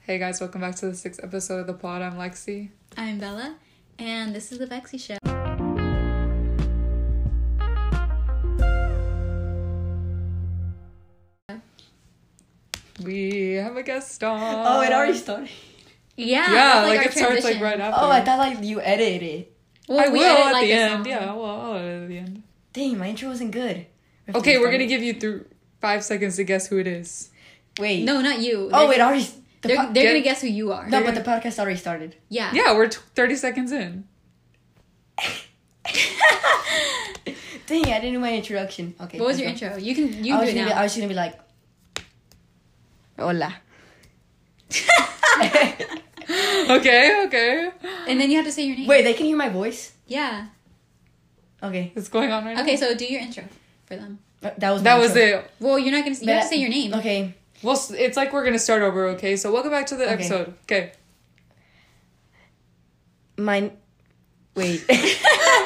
Hey guys, welcome back to the sixth episode of the pod. I'm Lexi. I'm Bella, and this is the Vexy Show. We have a guest on. Oh, it already started. Yeah, Yeah, that's like, our it starts like transition. right after. Oh, I thought like you edited it. Well, I we will edit, at like, the a end. song. Yeah, well, I'll edit at the end. Dang, my intro wasn't good. We have to Okay, we're restart gonna it. give you through five seconds to guess who it is. Wait. No, not you. Oh, they're, it already. The They're, they're po- get- gonna guess who you are. no, but the podcast already started. yeah. Yeah, we're t- thirty seconds in. Dang, I didn't do my introduction. Okay. What was your let's go. intro? You can you I do was, it gonna now. be, I was gonna be like, hola. Okay, okay. and then you have to say your name. Wait, they can hear my voice. Yeah. Okay, What's going on right now? Okay, so do your intro for them. Uh, that was my That was intro. it. Well, you're not gonna. You But- have to say your name. Okay. Well, s- it's like we're gonna start over. Okay, so welcome back to the Okay. episode. Okay. My. Wait.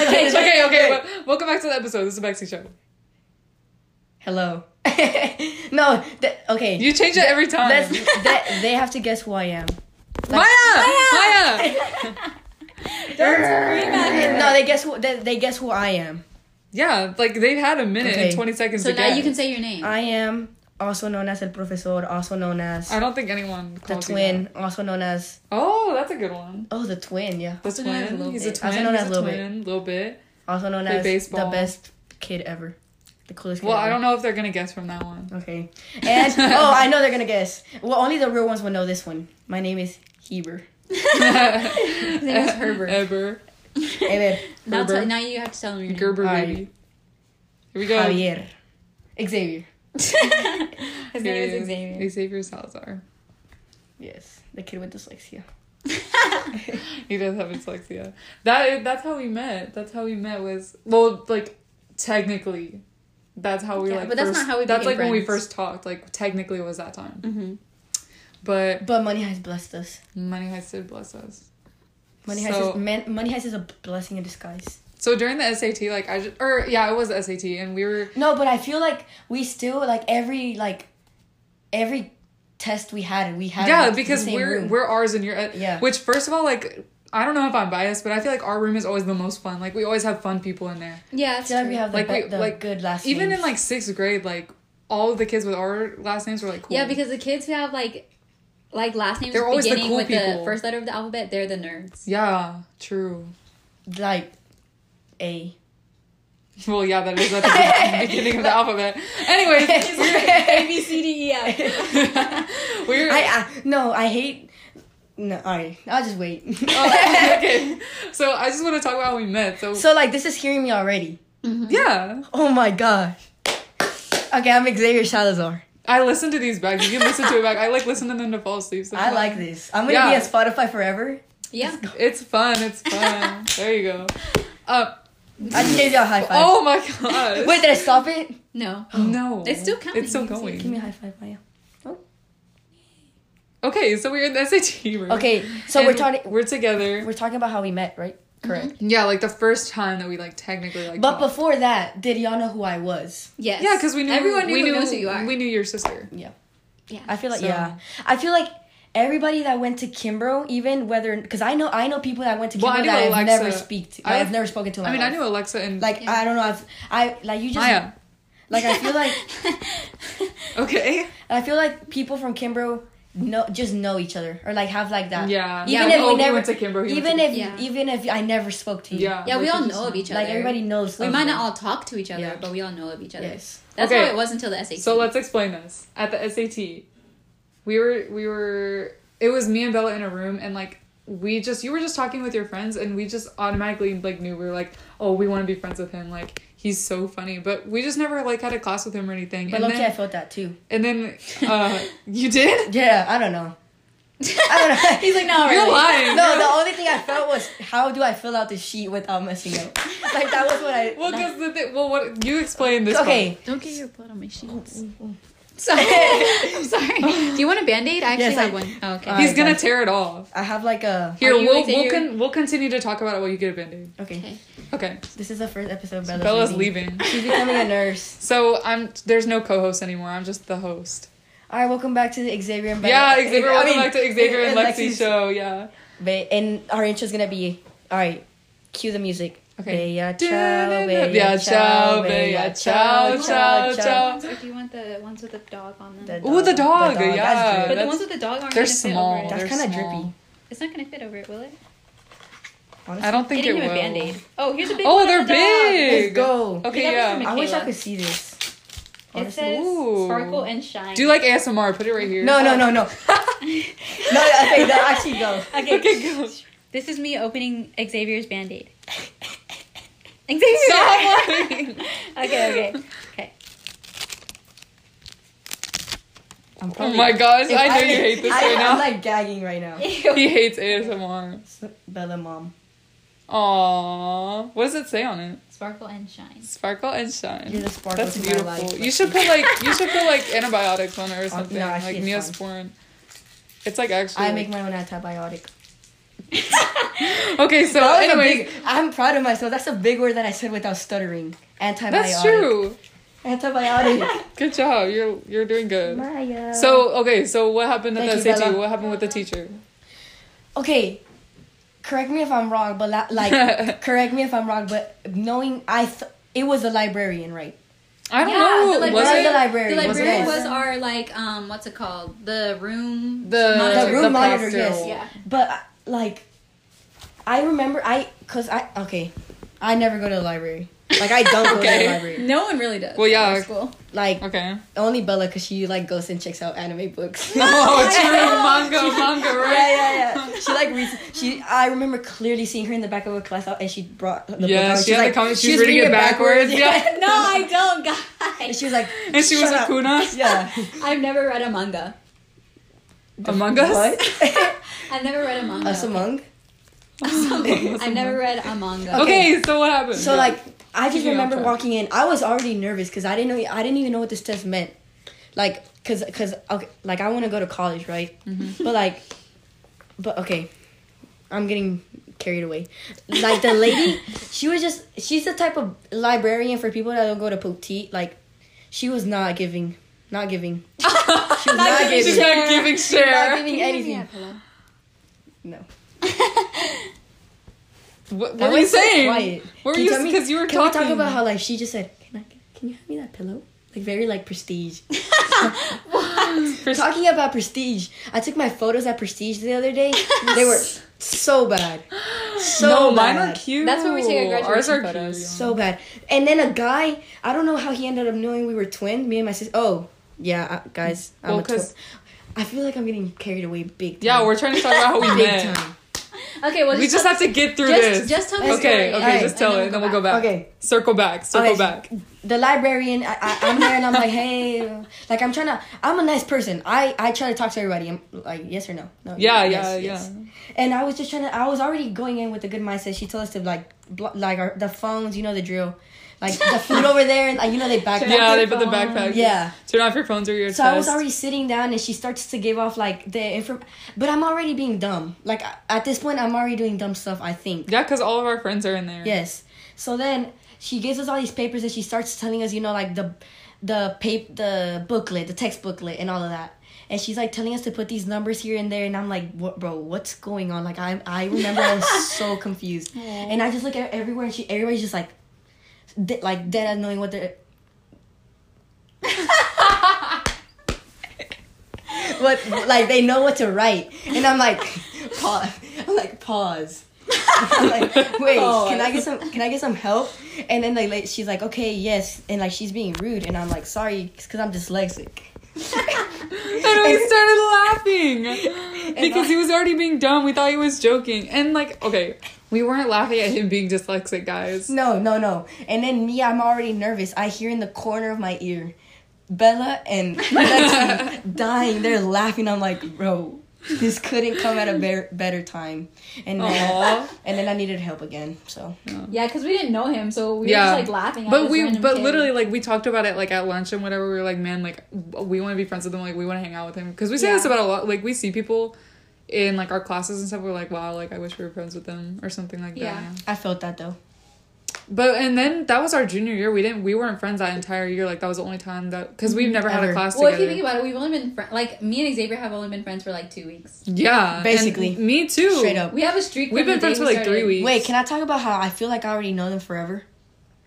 Okay, okay. okay, okay. Well, welcome back to the episode. This is the Bexy Show. Hello. no. That, okay. You change it every time. Let's, that, they have to guess who I am. Maya! Maya! no, they guess who they, they guess who I am. Yeah, like they've had a minute and Okay. 20 seconds So to now guess. you can say your name. I am also known as el profesor, also known as I don't think anyone the calls you that. twin, also known as Oh, that's a good one. oh the twin, yeah, The Also known as twin. Lil He's a Bit. twin. Also He's known as a Lil Bit. twin. Little bit. also known Play as baseball. the best kid ever, the coolest. Kid Well, ever. I don't know if they're gonna guess from that one. Okay, and oh, I know they're gonna guess. Well, only the real ones will know this one. My name is Heber. His name is Herbert. Ever. Ever Now, Gerber. tell- now you have to tell him your name. Gerber Alright. baby. Here we go. Javier Xavier. His name is Xavier. Xavier Salazar. Yes, the kid with dyslexia. He does have dyslexia. That is, that's how we met. That's how we met was well, like technically, that's how we Yeah, like. but that's first- not how we That's like became when we friends. first talked. Like technically, it was that time. Mhm. But But Money Heist blessed us. money heist did bless us. Money So- Heist is man, Money Heist is a blessing in disguise. So during the SAT, like I just or yeah, it was the SAT, and we were No, but I feel like we still like every like every test we had, we had yeah like, because the same we're room. we're ours and you're uh, Yeah. which first of all like i don't know if i'm biased but i feel like our room is always the most fun like we always have fun people in there Yeah, I that's feel like we true. have the, Like, be- we- the like, good last even in names. like sixth grade like all of the kids with our last names were like cool Yeah, because the kids who have like like last names They're always the beginning cool with people. the first letter of the alphabet, they're the nerds. yeah true like A. well yeah that is at the beginning of the alphabet anyways A B C D E F. we were I, I no, I hate no, alright. I'll just wait. oh, okay so i just want to talk about how we met so, so like this is hearing me already. yeah Oh my gosh. Okay, I'm Xavier Salazar. i listen to these back you can listen to it back i like listen to them to fall asleep I sometimes. like this. I'm gonna Yeah. be on Spotify forever. Yeah. it's fun it's fun there you go uh, I just gave you a high five. oh my god Wait, did I stop it? No. No. It's still counting. It's still You can see going. Give me a high five, Maya. Okay, so we're in the SAT room. Okay, so And Mm-hmm. we're talking We're together. we're talking about how we met, right? Correct. yeah, like the first time that we like technically like. But talked. before that, did y'all know who I was? Yes. Yeah, because we knew everyone knew we who knew, knows who you are. We knew your sister. Yeah. yeah. I feel like So- yeah. I feel like everybody that went to Kimbrough, even whether because I know I know people that went to Kimbrough Well, I knew that I've Alexa. never speak to. I- I've never spoken to. in I my mean, I life. knew Alexa and Like Yeah. I don't know. I've I like you just Maya. like I feel like Okay. I feel like people from Kimbrough know just know each other or like have like that. Yeah. Even yeah, if oh, we he never went to Kimber. he even went if Yeah. even if I never spoke to to, you. yeah. yeah, we like, all just- know of each other. Like everybody knows. We of might you. not all talk to each other, Yeah. but we all know of each other. Yes. That's Okay. how it was until the SAT. So let's explain this. At the SAT, we were we were it was me and Bella in a room and like we just you were just talking with your friends and we just automatically like knew we were like oh we want to be friends with him like he's so funny but we just never like had a class with him or anything But and low-key, I then felt that too. and then uh you did Yeah, I don't know. I don't know. He's like, no, you're really. lying No, the only thing I felt was how do I fill out the sheet without messing up? Like that was what I. well because the thing well what you explained this okay. Don't get your blood on my sheets. Sorry. I'm sorry. Do you want a band aid? I actually Yes, I- have one. Oh, okay. All part. he's right, gonna guys. tear it off I have like a here Are you we'll like that we'll, you're- con- we'le continue to talk about it while you get a band-aid okay. okay. okay This is the first episode. Bella's, Bella's leaving. leaving She's becoming a nurse. So I'm there's no co-host anymore. I'm just the host. All right, welcome back to the Xavier and yeah, Bella- Xavier. I Welcome mean, back to Xavier and Lexi's Lexi's- show. Yeah. Ba- and our intro's gonna be all right. Cue the music. Okay. Bella ciao, Da-da-da. bella ciao, bella ciao, ciao, ciao, ciao. ciao. Or do you want the ones with the dog on them? The Ooh, the dog. dog, that's yeah. good. but the that's- ones with the dog aren't they're gonna small. fit over it. They're That's kind of small. drippy. It's not gonna fit over it, will it? Honestly. I don't think Getting it him will. a band aid. Oh, here's a big Oh, one of they're the dog. big. Let's go. Okay, We got this yeah. from I wish I Michaela. could see this. It Honestly. says Ooh. sparkle and shine. Do you like ASMR? Put it right here. No, no, no, no. no, I think that actually go. Okay. Okay, go. This is me opening Xavier's band aid. Xavier. Stop laughing. okay, okay, okay. I'm Oh probably- my gosh, If I know you hate this I, right now. I'm like gagging right now. Ew. he hates ASMR. Bella mom. Aww. What does it say on it? Sparkle and shine. Sparkle and shine. You're the sparkle That's to my beautiful. life, you Lexi. Oh, should put like you should put like antibiotics on it or something, no, like actually it's Neosporin. It's like actually. I like- make my own antibiotic. okay, so That was a Oh, anyways, big- I'm proud of myself. That's a big word that I said without stuttering. Antibiotic. that's true. Antibiotic. Good job. You're you're doing good. uh, Maya. So okay, so what happened at Thank the you, SAT? Bella. What happened with the teacher? okay, correct me if I'm wrong, but la- like, correct me if I'm wrong, but knowing I, th- it was a librarian, right? I don't Yeah, know. the was librarian- it The librarian, The wasn't librarian it? was our like um what's it called? The room the The the room monitor, pastel. yes. Yeah. But uh, like, I remember I, cause I okay, I never go to the library. Like I don't go to Okay. the library. No one really does. Well, in yeah. our School. Like Okay. only Bella, cause she like goes and checks out anime books. No, Oh, true manga, manga, right? Yeah, yeah, yeah. She like reads. She. I remember clearly seeing her in the back of a class out, and she brought the book Yeah, out. she She's had the like, comment- she was she's reading it backwards, yeah. No, I don't, and guys. she was like, And she was "Shut a up." kuna. Yeah. I've never read a manga. Among Us? What? I've never read a manga. Us among. I've never read a manga. Okay. Okay. so what happened? So like, I just Keeping on remember track. walking in. I was already nervous because I didn't know. I didn't even know what this test meant. Like, cause, cause, okay, like I want to go to college, right? Mm-hmm. But like, but okay, I'm getting carried away. Like the lady, she was just. She's the type of librarian for people that don't go to petite. Like, she was not giving, not giving. she was not, She's giving. not giving Not share. giving anything. No. What, That what were you was so saying? quiet. What were Can you? tell me- Because you were can talking. We talk about how like she just said, "Can I? Can you hand me that pillow?" Like very like prestige. Pres- Talking about prestige, I took my photos at Prestige the other day. they were so bad, so no, bad, mine are cute. That's where we take our Ours graduation are photos. cute. so bad. And then a guy, I don't know how he ended up knowing we were twins. Me and my sister. Oh, yeah, I, guys, I'm Well, a twin. 'cause- I feel like I'm getting carried away big. Time. yeah, we're trying to talk about how we big met. time. Okay, well, We just have to get through just, this. Just tell the story. okay, okay, Alright, just tell it, and then we'll go back. Okay. Circle back. Circle Okay. back. the librarian I, I, i'm there and i'm like hey like i'm trying to i'm a nice person i i try to talk to everybody i'm like yes or no no Yeah, yes, yeah, yes. yeah. and i was just trying to i was already going in with a good mindset she told us to like blo- like our, the phones you know the drill like the food over there and like, you know they back Yeah, off they your put the phone. backpack. Yeah. Turn off your phones or your so I was test. already sitting down, and she starts to give off like the inform. But I'm already being dumb. Like I- at this point, I'm already doing dumb stuff. I think. Yeah, because all of our friends are in there. Yes. So then she gives us all these papers and she starts telling us, you know, like the the pap- the booklet, the text booklet and all of that. And she's like telling us to put these numbers here and there and I'm like, "What bro, what's going on?" Like I I remember I was so confused. And I just look at everywhere and she everybody's just like de- like dead at knowing what they're what like they know what to write and i'm like pause i'm like pause i'm like wait can i get some can i get some help and then like la- she's like okay yes and like she's being rude and i'm like sorry because i'm dyslexic And we started laughing because I- he was already being dumb. We thought he was joking. And, like, okay, we weren't laughing at him being dyslexic, guys. no no no and then me i'm already nervous i hear in the corner of my ear bella and Lexi dying they're laughing i'm like bro this couldn't come at a better better time and Aw. then, and then i needed help again so Yeah, because we didn't know him, so we Yeah. were just like laughing. At But this we, random but kid. literally, like, we talked about it, like, at lunch and whatever. We were like, man, like, we want to be friends with him. Like, we want to hang out with him. Because we say Yeah. this about a lot. Like, we see people in, like, our classes and stuff. We're like, wow, like, I wish we were friends with them or something like Yeah. that. i felt that though But and then that was our junior year. We didn't we weren't friends that entire year. Like that was the only time that because we've never had a Mm-hmm. Ever. class Well, if together. you think about it, we've only been friends. Like me and Xavier have only been friends for like two weeks. yeah, and Basically. me too. Straight up. We have a streak. We've from the been friends day for we like three started. weeks. Wait, can I talk about how I feel like I already know them forever?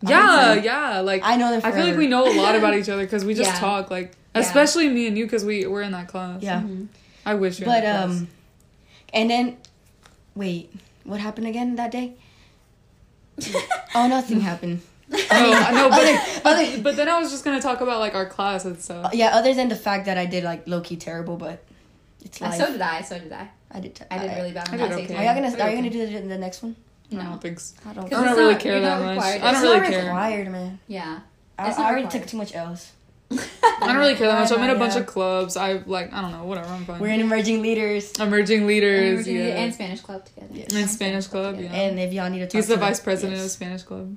Yeah, I know. yeah. Like I know them I forever. feel like we know a lot about each other because we just Yeah. talk. Like Yeah. especially me and you because we we're in that class. Yeah. I wish. you were in But that class. um, and then, wait, what happened again that day? oh, nothing happened. no, no. But, Other, but then I was just gonna talk about like our class and stuff. yeah, other than the fact that I did like low key terrible, but it's Uh, life. so did I. So did I. I did. T- I did really bad I on did that okay. SAT. Are y'all gonna I did Are you okay. gonna do the, the next one? I No. don't think so. I don't. I Because don't it's really not- care you're that not much. required. I don't It's really not care. required, man. Yeah. I, It's I not already took required. too much L's. I don't really care that much. I'm in a Yeah. bunch of clubs. I like I don't know whatever. I'm fine. We're in emerging leaders, Emerging leaders. Virginia yeah. and Spanish club together. Yes. And Spanish club. Yeah. and if y'all need to talk, He's to the vice president of yes. Spanish club.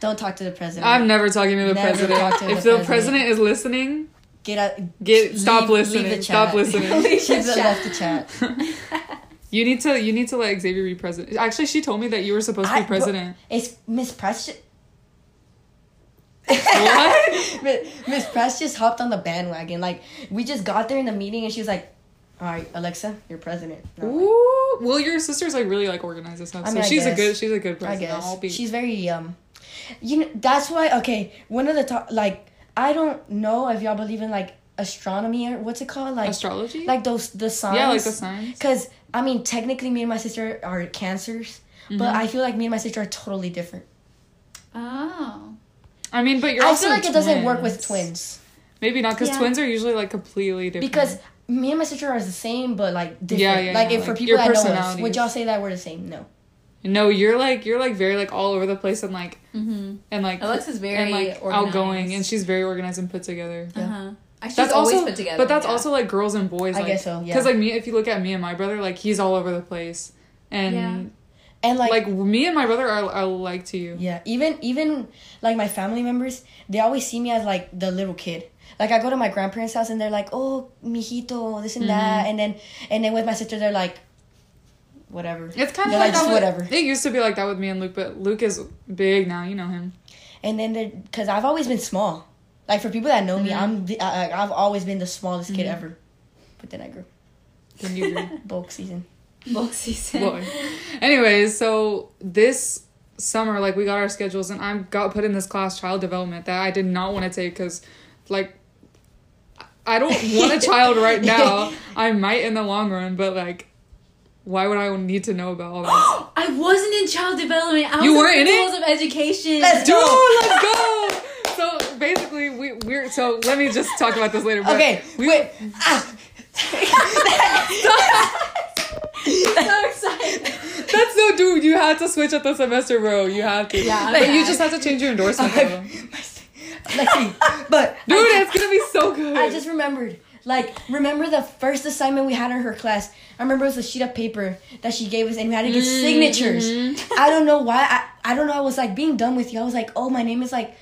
Don't talk to the president. I'm never talking to the Never president. talk to if the the president is listening, Get out. get stop leave- leave listening. the stop chat. listening. She's Leave the chat. left the chat. You need to you need to let Xavier be president. Actually, she told me that you were supposed to I- be but- president. It's Miss Press. ju- what? Mi- Miss Press just hopped on the bandwagon. Like we just got there in the meeting, and she was like, "All right, Alexa, you're president." And I'm like, Ooh. Well, your sister's like really like organized and stuff. I So mean, I she's a guess. good she's a good I president. guess will be. she's very um, you know that's why. Okay, one of the top like I don't know if y'all believe in like astronomy or what's it called like astrology. like those the signs. yeah, like the signs. Because I mean, technically, me and my sister are cancers, but Mm-hmm. I feel like me and my sister are totally different. Oh. I mean, but you're I also feel like it doesn't work with twins. twins Maybe not because Yeah. twins are usually like completely different. because me and my sister are the same, but like different. yeah, like yeah, if for like, people your that know us, personalities. would y'all say that we're the same? No. no, you're like you're like very like all over the place and like Mm-hmm. and like Alexa's very and like organized. outgoing and she's very organized and put together. Yeah. Uh-huh. Uh, She's that's always also put together. but that's yeah. also like girls and boys. I Like, guess so, yeah. Because like me, if you look at me and my brother, like he's all over the place, and And like, like, me and my brother are are like to you. yeah, even even like my family members, they always see me as like the little kid. Like I go to my grandparents' house and they're like, "Oh, mijito, this and Mm-hmm. that," and then and then with my sister, they're like, whatever. It's kind of They're like, like, just that with- whatever. It used to be like that with me and Luke, but Luke is big now. You know him. And then they because I've always been small. Like for people that know Mm-hmm. me, I'm the, I, I- I've always been the smallest kid ever. But then I grew Then you grew. bulk season. bulk season. Boy. Anyways, so this summer, like we got our schedules, and I got put in this class, child development, that I did not want to take because, like, I don't want a child right now. I might in the long run, but like, why would I need to know about all that? I wasn't in child development. I was You were in in it? principles of education. Let's Dude, go. let's go. So basically, we we're so let me just talk about this later. But Okay, wait. Ah. I'm so excited. that's so dude. You had to switch at the semester, bro. You have to. Yeah, but okay. you just have to change your endorsement, though. Let's see. But Dude, it's gonna be so good. I just remembered. Like, remember the first assignment we had in her class? I remember it was a sheet of paper that she gave us, and we had to get Mm-hmm. signatures. I don't know why. I, I don't know. I was like being done with you. I was like, oh, my name is like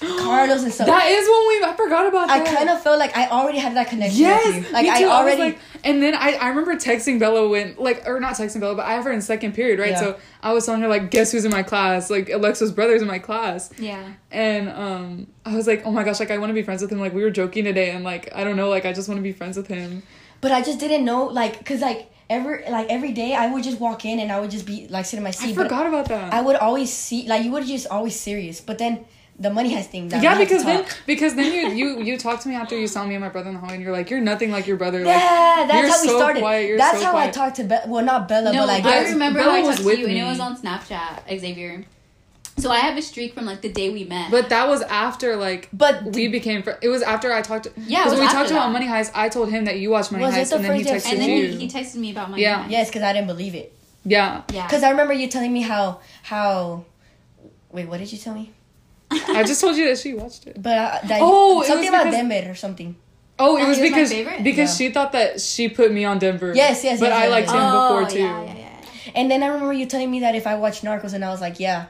Carlos and stuff. That is when we. I forgot about I that. kind of felt like I already had that connection with Yes, you. Like me I too. was already. like, and then I, I remember texting Bella when like or not texting Bella, but I have her in second period, right? Yeah. So I was telling her like, guess who's in my class? Like Alexa's brother's in my class, Yeah. and um, I was like, oh my gosh, like I want to be friends with him. Like we were joking today, and like I don't know, like I just want to be friends with him. but I just didn't know, like, cause like every like every day I would just walk in and I would just be like sitting in my I seat. but forgot about that. I would always see like you would just always serious, but then the money has things. that we yeah, have to because then talk. because then you you you talked to me after you saw me and my brother in the hallway, and you're like, you're nothing like your brother. Like, yeah, that's you're how we so started. quiet, you're that's so how I quiet. talked to Bella. Well, not Bella, No, but like I that's- remember Bella I was talked to with you and me. it was on Snapchat, Xavier. So I have a streak from like the day we met. But that was after like But we became friends. It was after I talked. Yeah, it because was we after talked about that. Money Heist. I told him that you watched Money Was it Heist, the and then he first texted day? and then you. he, he texted me about my Yeah. guy. yes, because I didn't believe it. yeah, Yeah. Because I remember you telling me how how. Wait, what did you tell me? I just told you that she watched it. But uh, Oh, that it oh, was something about because- Denver or something. Oh, it Oh, was he was my because favorite? because Yeah. she thought that she put me on Denver. Yes, yes, But yes, I yes, liked yes. him oh, before too. Yeah, yeah, yeah. And then I remember you telling me that if I watch Narcos, and I was like, yeah.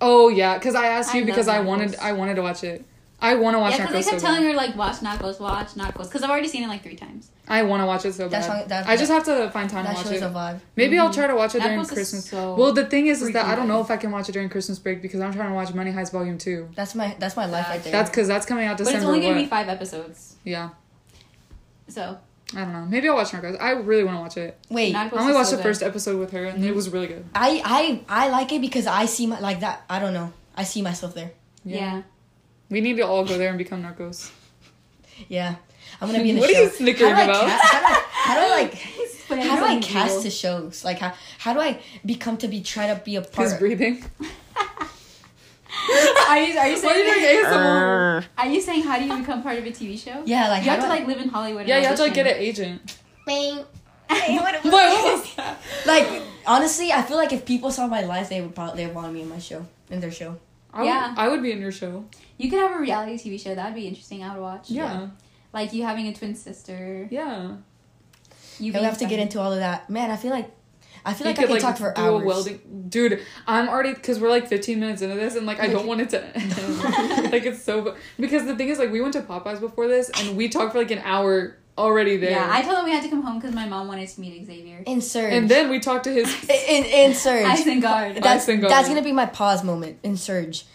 Oh yeah, because I asked I you because love I wanted Narcos. I wanted to watch it. I want to watch Yeah, because Narcos they kept so telling bad. her like, watch Narcos, watch Narcos, because I've already seen it like three times. I want to watch it so That bad. song- that- I just have to find time to That watch it. shows a vibe. Maybe I'll try to watch it during Narcos is Christmas. so well, the thing is, is that I don't freaking know good. if I can watch it during Christmas break because I'm trying to watch Money Heist Volume Two. That's my that's my life right there. That's because that's coming out But December. it's only gonna what? be five episodes, yeah, so I don't know. Maybe I'll watch Narcos. I really want to watch it. wait. Narcos I only is watched so the good. first episode with her, and Mm. it was really good. I I I like it because I see my like that. I don't know. I see myself there. Yeah. We need to all go there and become narcos. Yeah, I'm gonna be in the What are show. you snickering how do I about? ca- how, do I, how do I like? But How do I cast to shows? Like how how do I become to be try to be a part? His breathing. Are you, are Why are you you saying? doing ASMR? Are you saying how do you become part of a TV show? Yeah, like You how have do to I- like live in Hollywood. and Yeah, you have to like audition. get an agent. Bing. What was that? Like honestly, I feel like if people saw my life, they would probably they would want me in my show, in their show. I would, Yeah. I would be in your show. You could have a reality TV show. That'd be interesting. I would watch. Yeah. Like you having a twin sister. Yeah. You You we being have to get funny. into all of that. Man, I feel like I feel You like I could talk for do a hours. welding. Dude, I'm already because we're like 15 minutes into this, and like I don't want it to. end. like it's so because the thing is like we went to Popeyes before this, and we talked for like an hour already there. Yeah, I told them we had to come home because my mom wanted to meet Xavier. Insert. and then we talked to his. in, in surge. I think guard. That's I think guard. that's gonna be my pause moment in surge.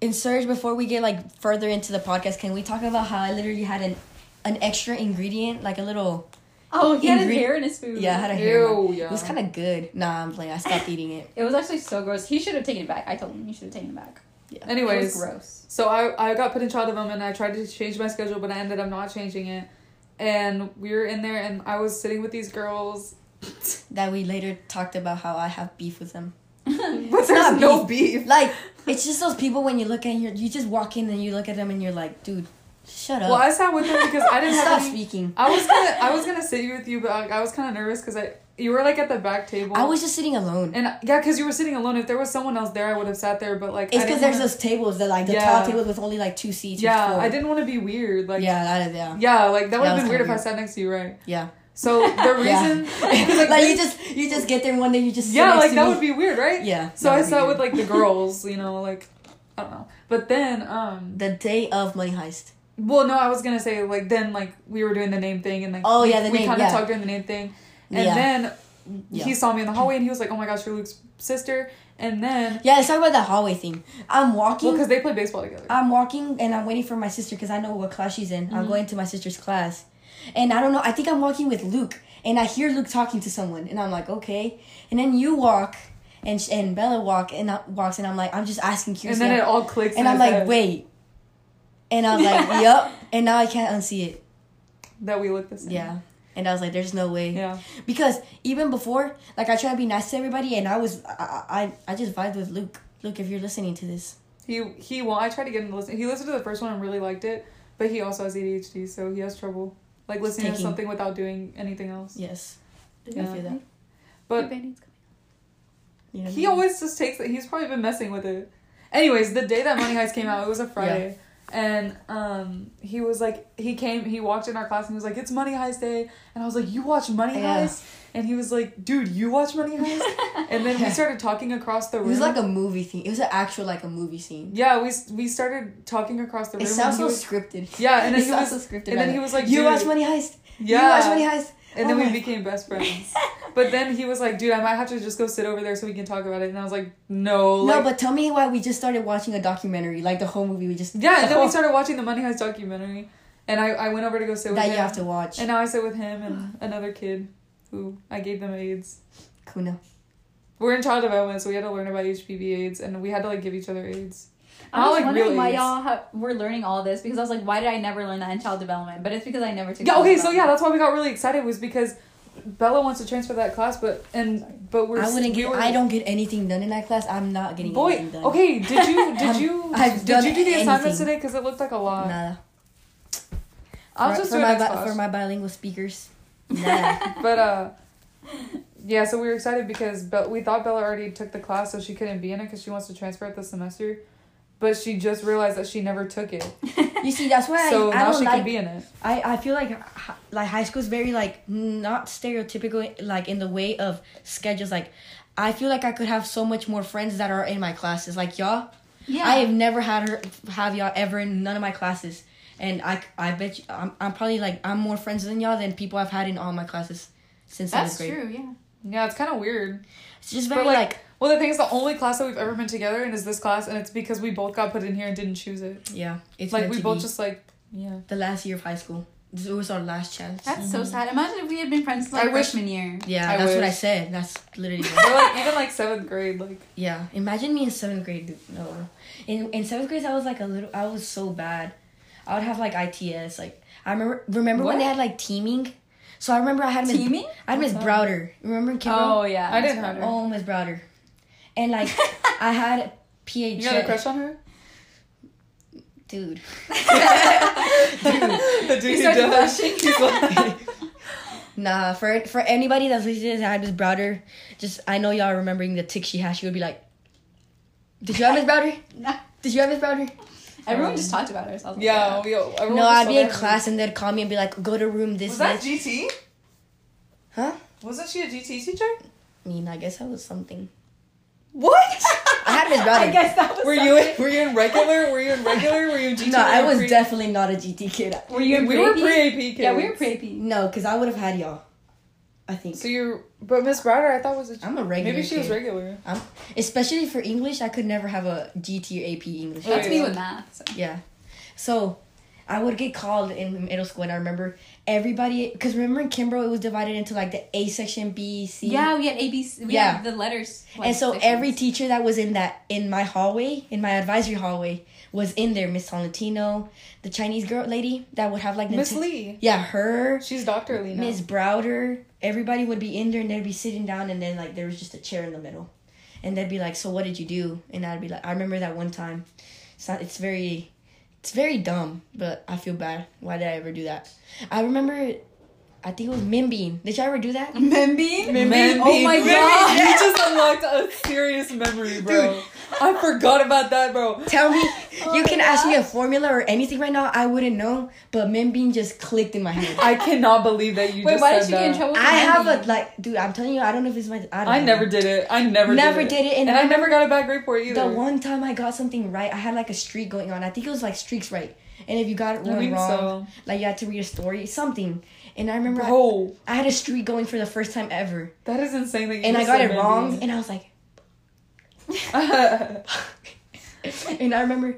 In surge, before we get like further into the podcast, can we talk about how I literally had an an extra ingredient, like a little Oh, he had his Ingrid- hair in his food. yeah, I had a hair. Ew, It was yeah. kind of good. Nah, I'm playing. I stopped eating it. It was actually so gross. He should have taken it back. I told him you should have taken it back. it was Anyways, gross. So I, I got put in child development. I tried to change my schedule, but I ended up not changing it. And we were in there, and I was sitting with these girls. That we later talked about how I have beef with them. But there's not no beef. Like it's just those people when you look at your, you just walk in and you look at them and you're like, dude, shut up. Well, I sat with her because I didn't Stop have any. speaking. I was gonna I was gonna sit with you, but like, I was kind of nervous because I you were like at the back table. I was just sitting alone. and yeah, because you were sitting alone. If there was someone else there, I would have sat there. But like, It's I didn't because there's wanna- those tables that like the Yeah. tall tables with only like two seats. or yeah. four. I didn't want to be weird. Like yeah, Yeah, that is yeah, like that would have was been weird if kinda I sat next to you, right? yeah. So the Yeah. reason like, you just you just get there one day you just sit yeah, next like to that me. would be weird, right? Yeah, So that I would be saw it with weird. like the girls, you know, like I don't know. But then, um, the day of money heist. well, no, I was gonna say like then like we were doing the name thing and like Oh, we- yeah, the we name, kind of yeah. talked during the name thing, and Yeah. then he Yeah. saw me in the hallway and he was like, "Oh my gosh, you're Luke's sister," and then Yeah, let's talk about that hallway thing. I'm well, walking. because they play baseball together. I'm walking and I'm waiting for my sister because I know what class she's in. Mm-hmm. I'm going to my sister's class, and I don't know. I think I'm walking with Luke, and I hear Luke talking to someone, and I'm like, okay. And then you walk, and sh- and Bella walk and I- walks, and I'm like, I'm just asking and curiously. then it I'm- all clicks. and I'm his like, head wait. And I was like, yup. And now I can't unsee it. that we look the same. Yeah. And I was like, there's no way. yeah. Because even before, like I try to be nice to everybody, and I was, I, I, I just vibed with Luke. Luke, if you're listening to this, He he. Well, I tried to get him to listen. He listened to the first one and really liked it, but he also has ADHD, so he has trouble like listening to Taking- something without doing anything else. yes, Yeah. I feel that. But You know what I He mean? always just takes it. He's probably been messing with it. Anyways, the day that Money Heist came out, it was a Friday. And um, he was like, he came, he walked in our class and he was like, it's Money Heist Day. And I was like, you watch Money Yeah. Heist? And he was like, dude, you watch Money Heist? and then we started talking across the It room. was like a movie thing. It was an actual like a movie scene. yeah, we, s- we started talking across the room. It sounds and he so was- scripted. yeah, and then it he sounds was, so scripted. and then he was like, "You dude, watch Money Heist. yeah. You watch Money Heist." And Oh then we my- became best friends. but then he was like, dude, I might have to just go sit over there so we can talk about it. And I was like, no. Like, no, but tell me why we just started watching a documentary, like the whole movie. We just Yeah, the and then we whole- started watching the Money Heist documentary, and I, I went over to go sit with that him. you have to watch. And now I sit with him and another kid, who I gave them AIDS. Kuna. We're in child development, so we had to learn about HPV AIDS, and we had to like give each other AIDS. I was like, wondering really why is- y'all ha- were learning all this because I was like, why did I never learn that in child development? But it's because I never took. Yeah. child Okay. So yeah, development. that's why we got really excited was because Bella wants to transfer that class, but and but we're I wouldn't we get. were- I don't get anything done in that class. I'm not getting Boy, anything done. okay. Did you did you Um, I've did done you do the assignments anything. today? Because it looked like a lot. Nada. I'll for, just for do it my next bi- class. for my bilingual speakers. Nada. But uh yeah, so we were excited because Be- we thought Bella already took the class, so she couldn't be in it because she wants to transfer it this semester. But she just realized that she never took it, you see, that's why so I, I now don't she like. can be in it. I I feel like hi- like high school is very like not stereotypical like in the way of schedules. Like, I feel like I could have so much more friends that are in my classes. Like y'all, Yeah. I have never had her have y'all ever in none of my classes, and I I bet you I'm, I'm probably like I'm more friends than y'all than people I've had in all my classes since That's seventh grade. true. Yeah. Yeah, it's kind of weird. It's just But, very like- like, Well, the thing is, the only class that we've ever been together in is this class, and it's because we both got put in here and didn't choose it. yeah, it's like meant we to both be. just like yeah. the last year of high school. This was our last chance. That's so sad. Imagine if we had been friends Mm-hmm. I like wish- freshman year. yeah, I that's what I wish. said. That's literally. what- Or like even like seventh grade, like Yeah, imagine me in seventh grade. dude. No, in in seventh grade, I was like a little. I was so bad. I would have like ITS. Like I remember. Remember when they What? had like teaming? So I remember I had Miss- Teaming? I had Miss What's that? Browder. Remember Kim? Oh yeah. I that's didn't right. have her. Oh, Miss Browder. And like I had PHS. you got a crush on her. Dude. The dude started does- he's like- Nah, for for anybody that's listening to this, I had Miss Browder. Just I know y'all are remembering the tick she had. She would be like, "Did you have Miss Browder? Nah. Did you have Miss Browder?" Everyone just talked about ourselves. like yeah, that. we. everyone No, was I'd Oh, so be in bad. class and they'd call me and be like, "Go to room this." Was that this." GT? Huh? Wasn't she a GT teacher? I mean, I guess I was something. What? I had Miss I Browder. guess that was. were you in, were you in regular? Were you in regular? Were you in GT? No, Were you I was pre- definitely not a GT kid. Were you in We were pre-AP? pre AP kids. Yeah, we were pre-AP. No, because I would have had y'all. I think. So you, but Miss Browder, I thought was a. I'm a regular. Maybe she was kid. regular. I'm, especially for English, I could never have a GT or AP English. Wait. That's me with math. so. Yeah. So I would get called in middle school, and I remember everybody, because remember in Kimbrough, it was divided into like the A section, B, C. Yeah, we had ABC. We Yeah. had the letters. like, And so sections. every teacher that was in that in my hallway, in my advisory hallway, was in there. Miss Tolentino, the Chinese girl lady that would have like the Miss t- Lee. Yeah, her. She's Doctor Lee now. Miss Browder, everybody would be in there and they'd be sitting down and then like there was just a chair in the middle. And they'd be like, So what did you do? And I'd be like, I remember that one time. It's not it's very it's very dumb, but I feel bad. Why did I ever do that? I remember I think it was Mimbean. Did y'all ever do that? Membean? Membean. Oh my Membean. god. You just unlocked a serious memory, bro. I forgot about that, bro. Tell me my you can ask me a formula or anything right now, I wouldn't know, but Mimbean just clicked in my head. I cannot believe that you Wait, just why said did you get in that. trouble? with I have a Membean? like dude, I'm telling you, I don't know if it's my I, don't I know. never did it. I never Never did it. did it, and and I I never got a bad grade for it either. The one time I got something right, I had like a streak going on. I think it was like streaks right. And if you got one think so. wrong, like you had to read a story, something. And I remember I- bro, I, had a streak going for the first time ever. that is insane that you And I just got said it wrong Membean. and I was like and I remember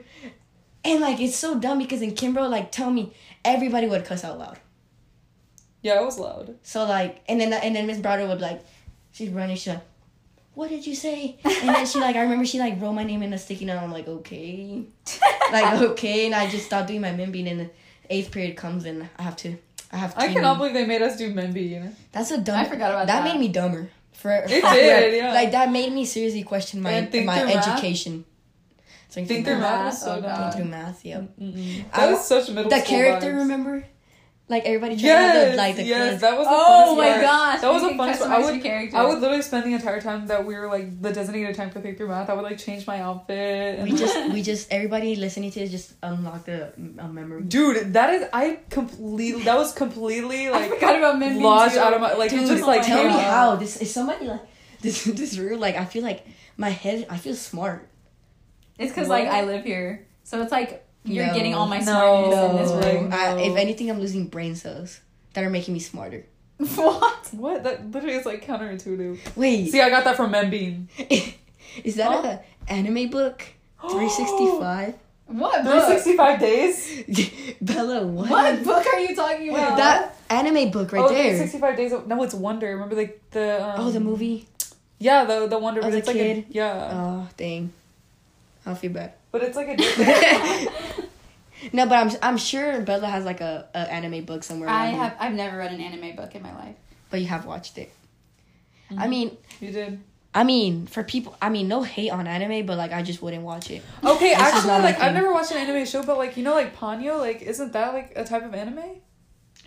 and like it's so dumb because in Kimbro, like tell me everybody would cuss out loud. yeah, it was loud. So like and then and then Miss Browder would like she's running, she's like, What did you say? And then she like I remember she like wrote my name in a sticky note. I'm like, okay. like okay, and I just stopped doing my Mimbean, and the eighth period comes and I have to, I have. I to- cannot believe they made us do Membean. That's a dumb. I forgot about that. made me dumber. For it did, yeah. Like that made me seriously question my And think my through math? education. So I Think through math was so Oh, dumb. God. Think through math. Yep. Mm-mm. I- That was such middle The school character, vibes. remember? Like everybody. tried to do Yes, the, like the yes, kids. that was. The Oh funnest my part. gosh. that was you a can fun. customize I your would, character. I would literally spend the entire time that we were like the designated time for think through math. I would like change my outfit. And, We just, we just, everybody listening to this just unlocked a, a memory. dude, that is I completely. That was completely I like forgot about Membean. lodged too. out of my like. it Dude, just like my tell came me God. out. how this is somebody like this this room. Like I feel like my head. I feel smart. It's because like What? I live here, so it's like you're No. getting all my No. smartness in No. this room. I, if No. anything, I'm losing brain cells that are making me smarter. what? What that literally is like counterintuitive. Wait, See, I got that from Membean. is that Huh? a anime book? 365? What Three book? sixty five days. Bella, what? What book are you talking Wait, about? That anime book right oh, there. 365 days. Of, no, it's Wonder. Remember like the. Um, Oh, the movie. Yeah, the the Wonder. Oh, But the it's like kid? a yeah. Oh, dang. I'll feel bad. but it's like a. No, but I'm I'm sure Bella has like a, a anime book somewhere. I around here. have I've never read an anime book in my life. but you have watched it. I mean, you did. I mean, for people, I mean, no hate on anime, but like I just wouldn't watch it. Okay, This is actually, not my like I've thing. never watched an anime show, but like you know, like Ponyo, like isn't that like a type of anime?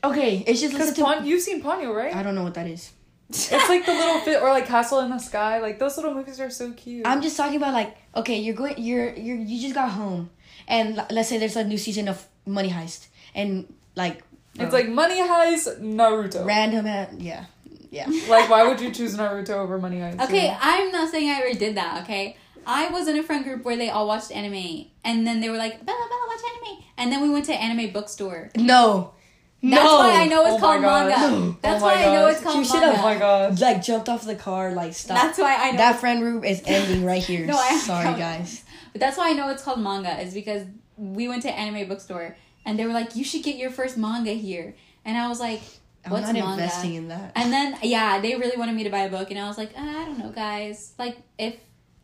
Okay, it's just Because listen to. Pon- you've seen Ponyo, I right? don't know what that is. It's like the little fit or like Castle in the Sky. Like those little movies are so cute. I'm just talking about like okay, you're going, you're you're you just got home, and l- let's say there's a new season of Money Heist, and like it's like Money Heist, Naruto. random, a- yeah, yeah. like why would you choose Naruto over Money Heist? Okay, I'm not saying I ever did that. Okay, I was in a friend group where they all watched anime, and then they were like, "Bella, Bella, watch anime," and then we went to anime bookstore. No. That's no. why I know it's Oh my called God. manga. No. That's Oh my why I know God. it's called You should manga. have- Oh my god. Like jumped off the car, like stop. That's why I know. that friend group is ending right here. No, I- sorry guys. but that's why I know it's called manga is because we went to anime bookstore and they were like, "You should get your first manga here," and I was like, I'm "What's not manga?" investing in that. And then yeah, they really wanted me to buy a book, and I was like, uh, I don't know, guys. Like if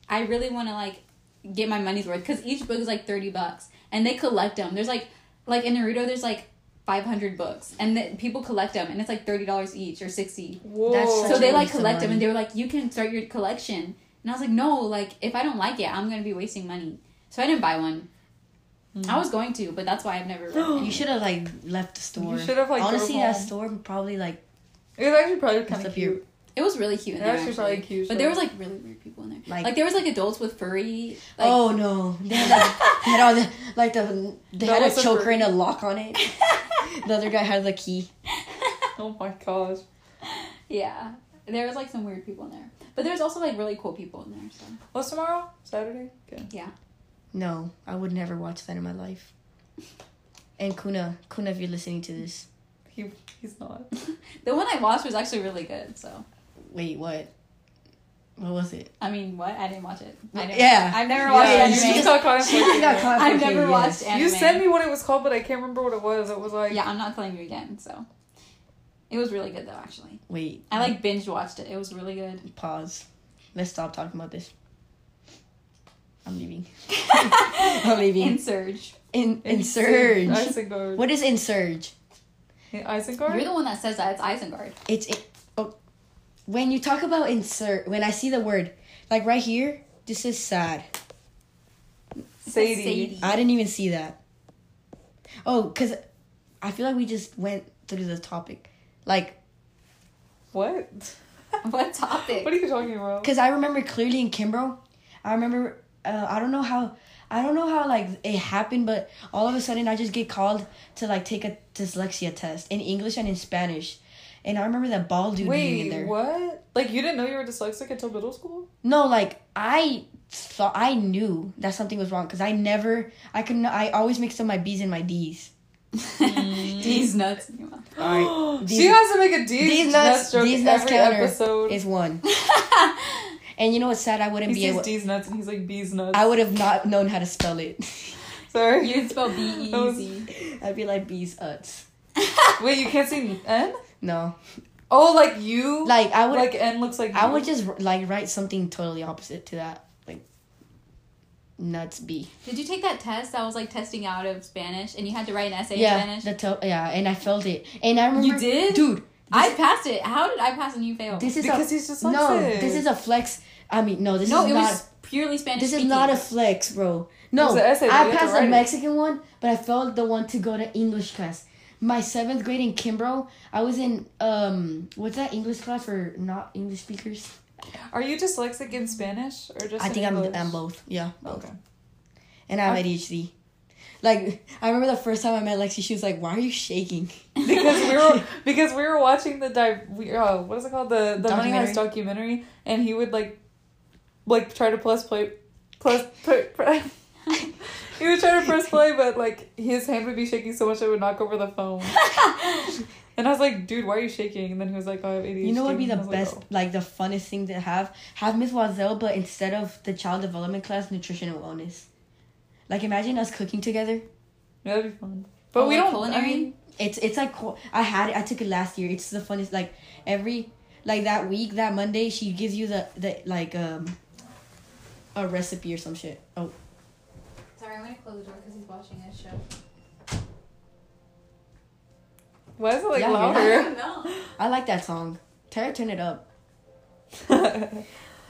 I really want to like get my money's worth, because each book is like thirty bucks, and they collect them. There's like like in Naruto, there's like five hundred books, and the, people collect them, and it's like thirty dollars each or sixty. Whoa. That's such So they a like waste of collect them, money. and they were like, you can start your collection. And I was like, no, like if I don't like it, I'm gonna be wasting money. So I didn't buy one. I was going to, but that's why I've never. read any. Hmm. you should have like left the store. You should have, like, drove honestly that home. store probably like It was actually probably kind It's of up here. cute. It was really cute in That there. was just, actually. like, cute, But there so- was like really weird people in there. Like, Like- there was like adults with furry. Like, oh no they had, like, they had all the like the they That had was a a choker fruit. and a lock on it. the other guy had the key. Oh my gosh. Yeah. There was like some weird people in there. But there's also like really cool people in there. So What's Oh, tomorrow? Saturday? Okay. yeah. No, I would never watch that in my life. And Kuna, Kuna, if you're listening to this, He, he's not. The one I watched was actually really good. So wait, what? What was it? I mean, what? I didn't watch it. I never, Yeah. I've never watched Yeah, you anime. just got caught in She got flagrant. caught I've for never KBS. watched anime. You sent me what it was called, but I can't remember what it was. It was like Yeah, I'm not telling you again. So it was really good though. Actually, Wait, I like binge watched it. It was really good. pause. Let's stop talking about this. I'm leaving. In I'm leaving. Surge, In, in surge. Isengard. What is in surge? Yeah, Isengard? you're the one that says that. It's Isengard. It's in, oh, when you talk about insert. When I see the word, like right here, this is sad. Sadie. Sadie. I didn't even see that. Oh, cause I feel like we just went through the topic, like What? What topic? What are you talking about? Cause I remember clearly in Kimbrough, I remember. Uh, I don't know how. I don't know how like it happened, but all of a sudden I just get called to like take a dyslexia test in English and in Spanish, and I remember that bald dude being in Wait, there. what? Like you didn't know you were dyslexic until middle school? No, like I thought I knew that something was wrong because I never I could not, I always mixed up my B's and my D's. These nuts. in your mouth. she has to make a D's, These nuts, nuts, joke these nuts every counter episode. is one. and you know what's sad? I wouldn't he be sees able. D's nuts and he's like B's nuts. I would have not known how to spell it. Sorry. You can spell B E That E was- Z. I'd be like B's uts. Wait, you can't say N? No, Oh, like you? like I would. like N looks like I you? would just like write something totally opposite to that, like nuts B. Did you take that test that was like testing out of Spanish and you had to write an essay Yeah, in Spanish? the to- yeah, and I felt it, and I remember. did? dude. I passed it. How did I pass and you fail? This is Because a, he's dyslexic. no. This is a flex. I mean, no. This no, is it not. was purely Spanish. this is speaking. not a flex, bro. No, was an essay, but you I had to passed write the it. Mexican one, but I failed the one to go to English class. My seventh grade in Kimbrough, I was in um, what's that English class for not English speakers? Are you dyslexic in Spanish or just? I in think I'm English? I'm both. Yeah, both. Okay. And I have ADHD. Like I remember the first time I met Lexi, she was like, "Why are you shaking?" because we were because we were watching the di- we uh, what is it called the the money Documentary. heist documentary and he would like like try to plus play plus pr- pr- he would try to press play but like his hand would be shaking so much it would knock over the phone and I was like dude why are you shaking and then he was like oh, I have ADHD You know what would be the And I was like, best, "Oh." like the funnest thing to have? Have Miss Wazell, but instead of the child development class, nutrition and wellness. Like imagine us cooking together. yeah, that'd be fun but Oh, we like don't culinary? I mean, It's it's like cool. I had it. I took it last year. It's the funnest. Like every like that week, that Monday, she gives you the the like um a recipe or some shit. Oh, Sorry, I'm gonna close the door because he's watching a show. why is it like Yeah, yeah. louder I like that song. Tara, turn it up. All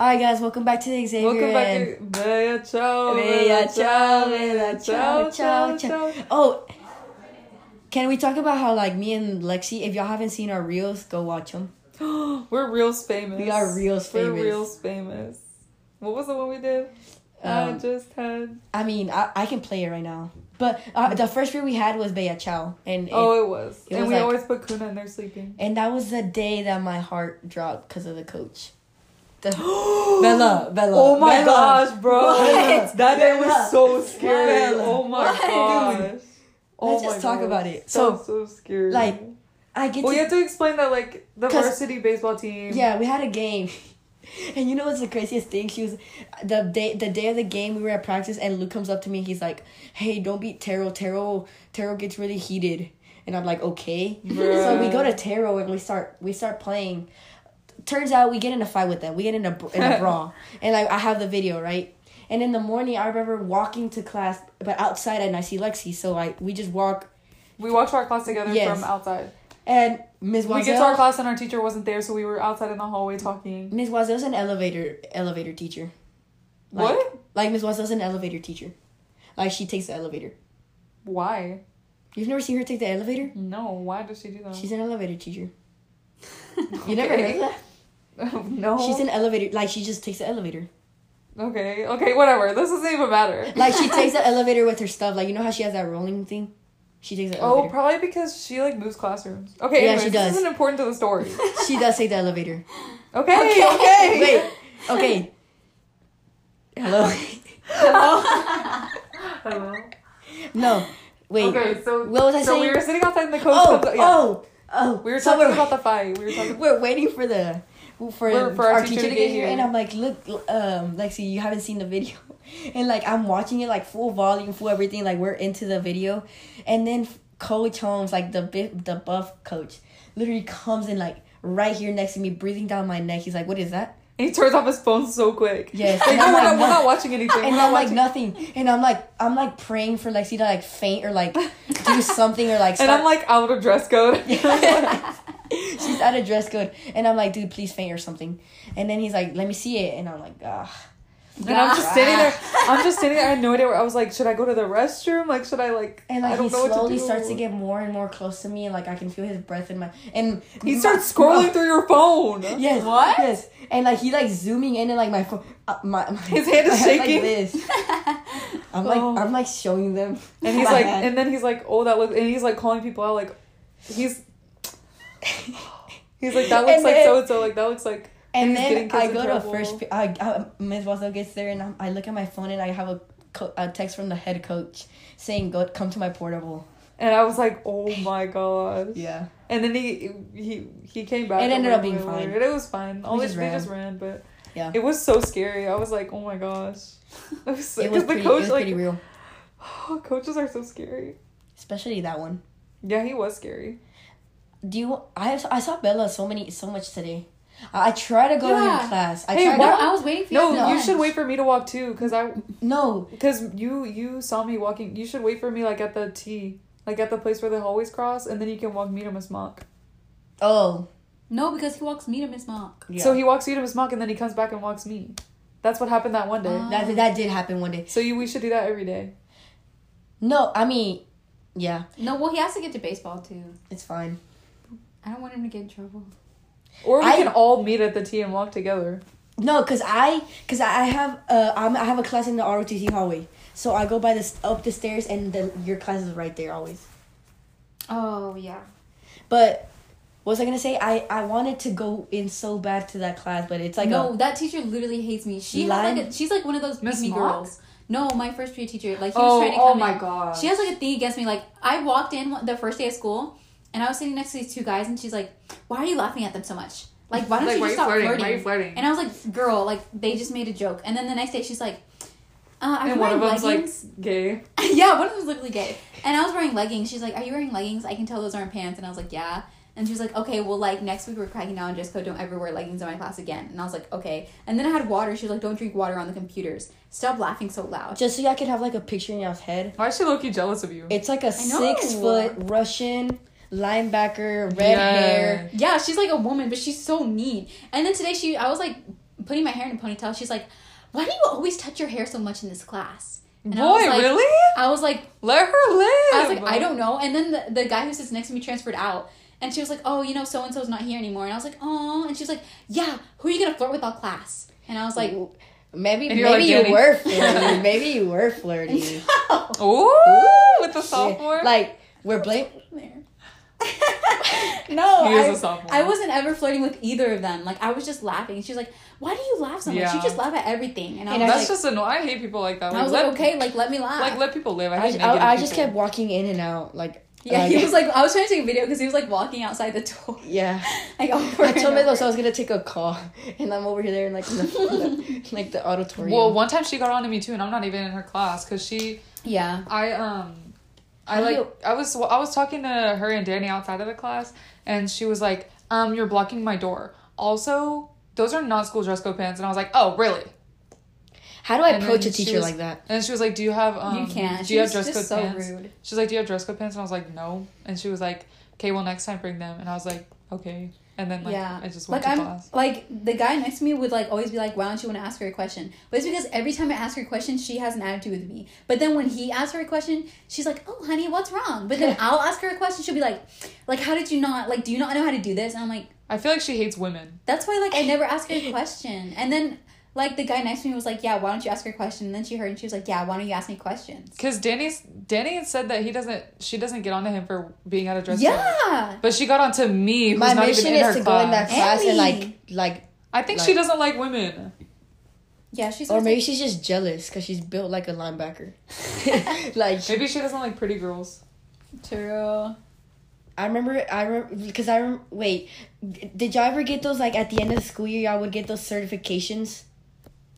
right, guys, welcome back to the Xavier. welcome and- back to Bella Ciao Bella Bella Ciao ciao, Bella bella Ciao Ciao ciao, ciao, Ciao Oh, can we talk about how like me and Lexi? If y'all haven't seen our reels, go watch them. We're reals famous. We are reels We're famous. reals famous. What was the one we did? I Um, just had. I mean, I, I can play it right now. But uh, the first reel we had was Bella Ciao, and and, Oh, it was. it and was we like- always put Kuna in there sleeping. and that was the day that my heart dropped because of the coach. the Bella, Bella. Oh my Bella. gosh, bro. What? That day was Bella. so scary. Bella. Oh my What? gosh. Oh Let's my just talk gosh. about it. That So, was so scary. like, I get well, to you have to explain that like the 'Cause- varsity baseball team. Yeah, we had a game. And you know what's the craziest thing? She was the day the day of the game we were at practice and Luke comes up to me he's like, Hey, don't beat Taro. Taro Taro gets really heated and I'm like, Okay. So we go to Taro and we start we start playing. Turns out we get in a fight with them. We get in a br- in a brawl. And like I have the video, right? And in the morning I remember walking to class but outside and I see Lexi, so I we just walk We watched our class together Yes. from outside. and Ms. Wazel, We get to our class and our teacher wasn't there, so we were outside in the hallway talking. Ms. Wazel's an elevator elevator teacher. Like- what? Like Ms. Wazel's an elevator teacher. Like she takes the elevator. Why? You've never seen her take the elevator? No. Why does she do that? She's an elevator teacher. You never heard of that? no. She's an elevator like she just takes the elevator. okay. Okay. Whatever. This doesn't even matter. Like she takes the elevator with her stuff. Like you know how she has that rolling thing? She takes the Oh, elevator. probably because she like moves classrooms. Okay, Yeah, anyways, she this does. isn't important to the story. she does take the elevator. Okay, Oh. okay. Wait. Okay. Hello. Hello. No. Wait. Okay, so What was I so we saying? were sitting outside in the coast. Oh, comes up- yeah. oh, oh. we were So talking we're- about the fight. We were talking. we're waiting for the for, We're- for our, teacher, to get here. here, and I'm like, look, um, Lexi, you haven't seen the video, and like I'm watching it like full volume, full everything, like we're into the video, and then Coach Holmes, like the bi- the buff coach, literally comes in like right here next to me, breathing down my neck. He's like, what is that? He turns off his phone so quick. Yes, Like, and no, I'm we're, like, not, we're no. not watching anything. And we're not I'm like watching- nothing, and I'm like I'm like praying for Lexi to like faint or like do something or like. and I'm like out of dress code. She's out of dress code, and I'm like, dude, please faint or something. And then he's like, let me see it, and I'm like, ah. And I'm just sitting there. I'm just sitting there. I had no idea where I was. Like, should I go to the restroom? Like, should I like? And I like don't he know what to slowly do. starts to get more and more close to me, and like I can feel his breath in my and He my- starts scrolling through your phone. Yes. What? Yes. And like he like zooming in and like my phone, uh, my, my His hand is my shaking. Like this. I'm like Oh. I'm like showing them. And he's my like, hand. and then he's like, oh, that looks, and he's like calling people out, like, he's, he's like, that looks And like then- so and so, like that looks like, and he's getting then kids I in go to trouble. first. pe- I, I Ms. Wasso gets there, and I'm, I look at my phone, and I have a, co- a text from the head coach saying, "Go come to my portable." and I was like, oh my god. Yeah. And then he he he came back. It and ended we up being went over fine. It It was fine. All just they ran. just ran, but Yeah. it was so scary. I was like, oh my gosh. It was, so, It was because pretty. the coach it was pretty like, real, coaches are so scary. especially that one. Yeah, he was scary. Do you? I I saw Bella so many so much today. I, I try to go in Yeah. your class. I Hey, try No, why- to, I was waiting for you. No, to you lunch. should wait for me to walk too, cause I no. Because you you saw me walking. You should wait for me like at the T, like at the place where the hallways cross, and then you can walk me to Miss Mock. Oh, No, because he walks me to Miss Mock. yeah. So he walks you to Miss Mock, and then he comes back and walks me. That's what happened that one day. Ah. that that did happen one day. so you we should do that every day. No, I mean, yeah, No, well, he has to get to baseball too. it's fine. I don't want him to get in trouble. Or we I- can all meet at the T and walk together. No, cause I, cause I have uh, I'm, I have a class in the ROTC hallway. So I go by this up the stairs, and the, your class is right there always. Oh yeah. But what was I gonna say? I I wanted to go in so bad to that class, but it's like no, a, that teacher literally hates me. She has like Lime? a, she's like one of those Miss pick me Mock? girls. No, my first period teacher. Like he was Oh, trying to come oh my in. god. She has like a thing against me. Like I walked in one- the first day of school, and I was sitting next to these two guys, and she's like, "Why are you laughing at them so much? Like why don't Like, you why just are stop you flirting? flirting? Why are you flirting?" And I was like, "Girl, like they just made a joke." And then the next day, she's like, uh, "Are you and one wearing of them's leggings?" like gay. yeah, one of them's literally gay. And I was wearing leggings. She's like, "Are you wearing leggings?" I can tell those aren't pants. And I was like, "Yeah." And she was like, "Okay, well, like next week we're cracking down on dress code. Don't ever wear leggings in my class again." And I was like, "Okay." And then I had water. She was like, "Don't drink water on the computers. Stop laughing so loud." just so y'all could have like a picture in y'all's head. Why is she Loki jealous of you? It's like a know. six foot Russian linebacker, red Yeah. hair. Yeah, she's like a woman, but she's so mean. And then today she, I was like putting my hair in a ponytail. She's like, "Why do you always touch your hair so much in this class?" And Boy, I was like, really? I was like, Let her live. I was like, I don't know. And then the, the guy who sits next to me transferred out. And she was like, oh, you know, so and so's not here anymore. And I was like, oh. And she was like, yeah, who are you going to flirt with all class? And I was like, Maybe And maybe you're like, you "Danny." were flirting. maybe you were flirting. Ooh, with the Yeah, sophomore. Like we're blame there. no, He is a I- sophomore. I, wasn't ever flirting with either of them. Like I was just laughing. She was like, "Why do you laugh so much? Yeah. You just laugh at everything." And I And was That's like, just annoying. I hate people like that. I was let, like, "Okay, like let me laugh." Like let people live. I I, hate. I, negative I just people. kept walking in and out, like yeah, like- he was like, I was trying to take a video because he was like walking outside the door. yeah. Like over I told and over. Melos I was gonna take a call, and I'm over here in like the, like the auditorium. Well, one time she got on to me too, and I'm not even in her class because she, Yeah. I um, I How do like, you- I was I was talking to her and Danny outside of the class, and she was like, um, you're blocking my door. Also, those are not school dress code pants, and I was like, oh really? How do I And then approach a she teacher was- like that? And she was like, do you have um, You can't. Do She you have was dress code just so pants? rude. She's like, do you have dress code pants? And I was like, no. And she was like, okay, well next time bring them. And I was like, okay. And then like yeah. I just went like to I'm class. like the guy next to me would like always be like, "Why don't you want to ask her a question?" But it's because every time I ask her a question, she has an attitude with me. But then when he asks her a question, she's like, "Oh, honey, what's wrong?" But then I'll ask her a question, she'll be like, "Like, how did you not? Like, do you not know how to do this?" And I'm like. I feel like she hates women. That's why, like, I never ask her a question. And then, like, the guy next to me was like, "Yeah, why don't you ask her a question?" And then she heard, and she was like, "Yeah, why don't you ask me questions?" Cause Danny's Danny had said that he doesn't she doesn't get onto him for being out of dress code. Yeah, But she got onto me who's My not mission even in her is to class. go in that class and like Ellie. like, I think like- she doesn't like women. yeah, she's or maybe she's just jealous because she's built like a linebacker. like Maybe she doesn't like pretty girls. true. I remember, I remember because I rem- wait. d- Did y'all ever get those like at the end of the school year? Y'all would get those certifications,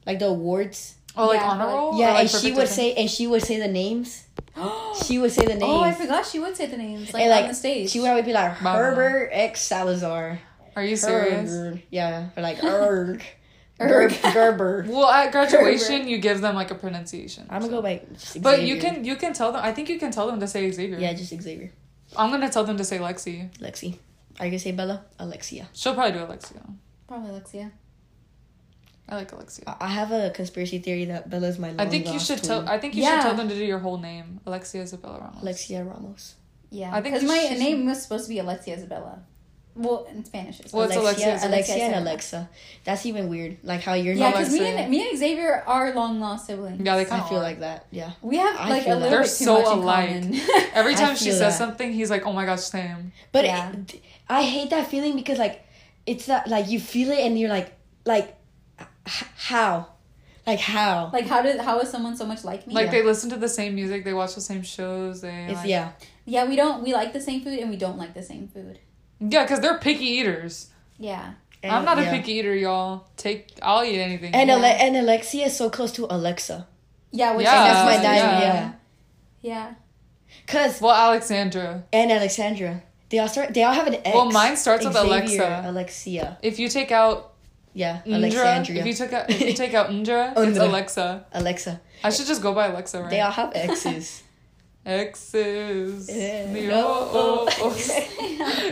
like the awards. Oh, like Yeah, honor like- roll? yeah, Or, like, and she perfect would attendance? say, and she would say the names. oh, She would say the names. I forgot she would say the names like, And, on the stage. She would always be like Mama. Herbert X Salazar. Are you serious? Herb. Yeah, or like Erg. Erg. Gerb- Gerber. Well, at graduation you give them like a pronunciation. I'm gonna go by. Just But you Xavier. can you can tell them I think you can tell them to say Xavier. Yeah, just Xavier. I'm gonna tell them to say Lexi. Lexi. Are you gonna say Bella? Alexia. She'll probably do Alexia. probably Alexia. I like Alexia. I I have a conspiracy theory that Bella's Oh my. I think you long-lost should tell twin. I think you Yeah. should tell them to do your whole name. Alexia Isabella Ramos. Alexia Ramos. Yeah, I think because you my should- name was supposed to be Alexia Isabella. Well, in Spanish, it's Well, it's Alexia, Alexia, Alexia, Alexia, and Sarah. Alexa. That's even weird. Like how you're yeah, not. because me Alexia. and me and Xavier are long lost siblings. Yeah, they I kind of feel like that. Yeah. we have I like a feel little that. bit They're too so much in alike. common. Every I time she feel says that. something, he's like, "Oh my gosh, same." But Yeah. it, I hate that feeling because like it's that like you feel it and you're like like h- how, like how. like, how did how is someone so much like me? Like Yeah. they listen to the same music, they watch the same shows. They It's like, yeah. Yeah, we don't. We like the same food and we don't like the same food. yeah, because they're picky eaters. Yeah. I'm And- not yeah. a picky eater, y'all. Take I'll eat anything. And Yeah. Ale- and Alexia is so close to Alexa. Yeah, which Oh, Yeah, I That's my know. diary. yeah. Yeah. Yeah. Cause well, Alexandra, and Alexandra, they all start. They all have an X. Well, mine starts with Alexa. Alexia. if you take out Yeah. Indra, Alexandria. if you took out if you take out Indra, it's Indra. Alexa. Alexa. I should just go by Alexa, right? They all have X's. X's. Eh, The no. O- O- O's.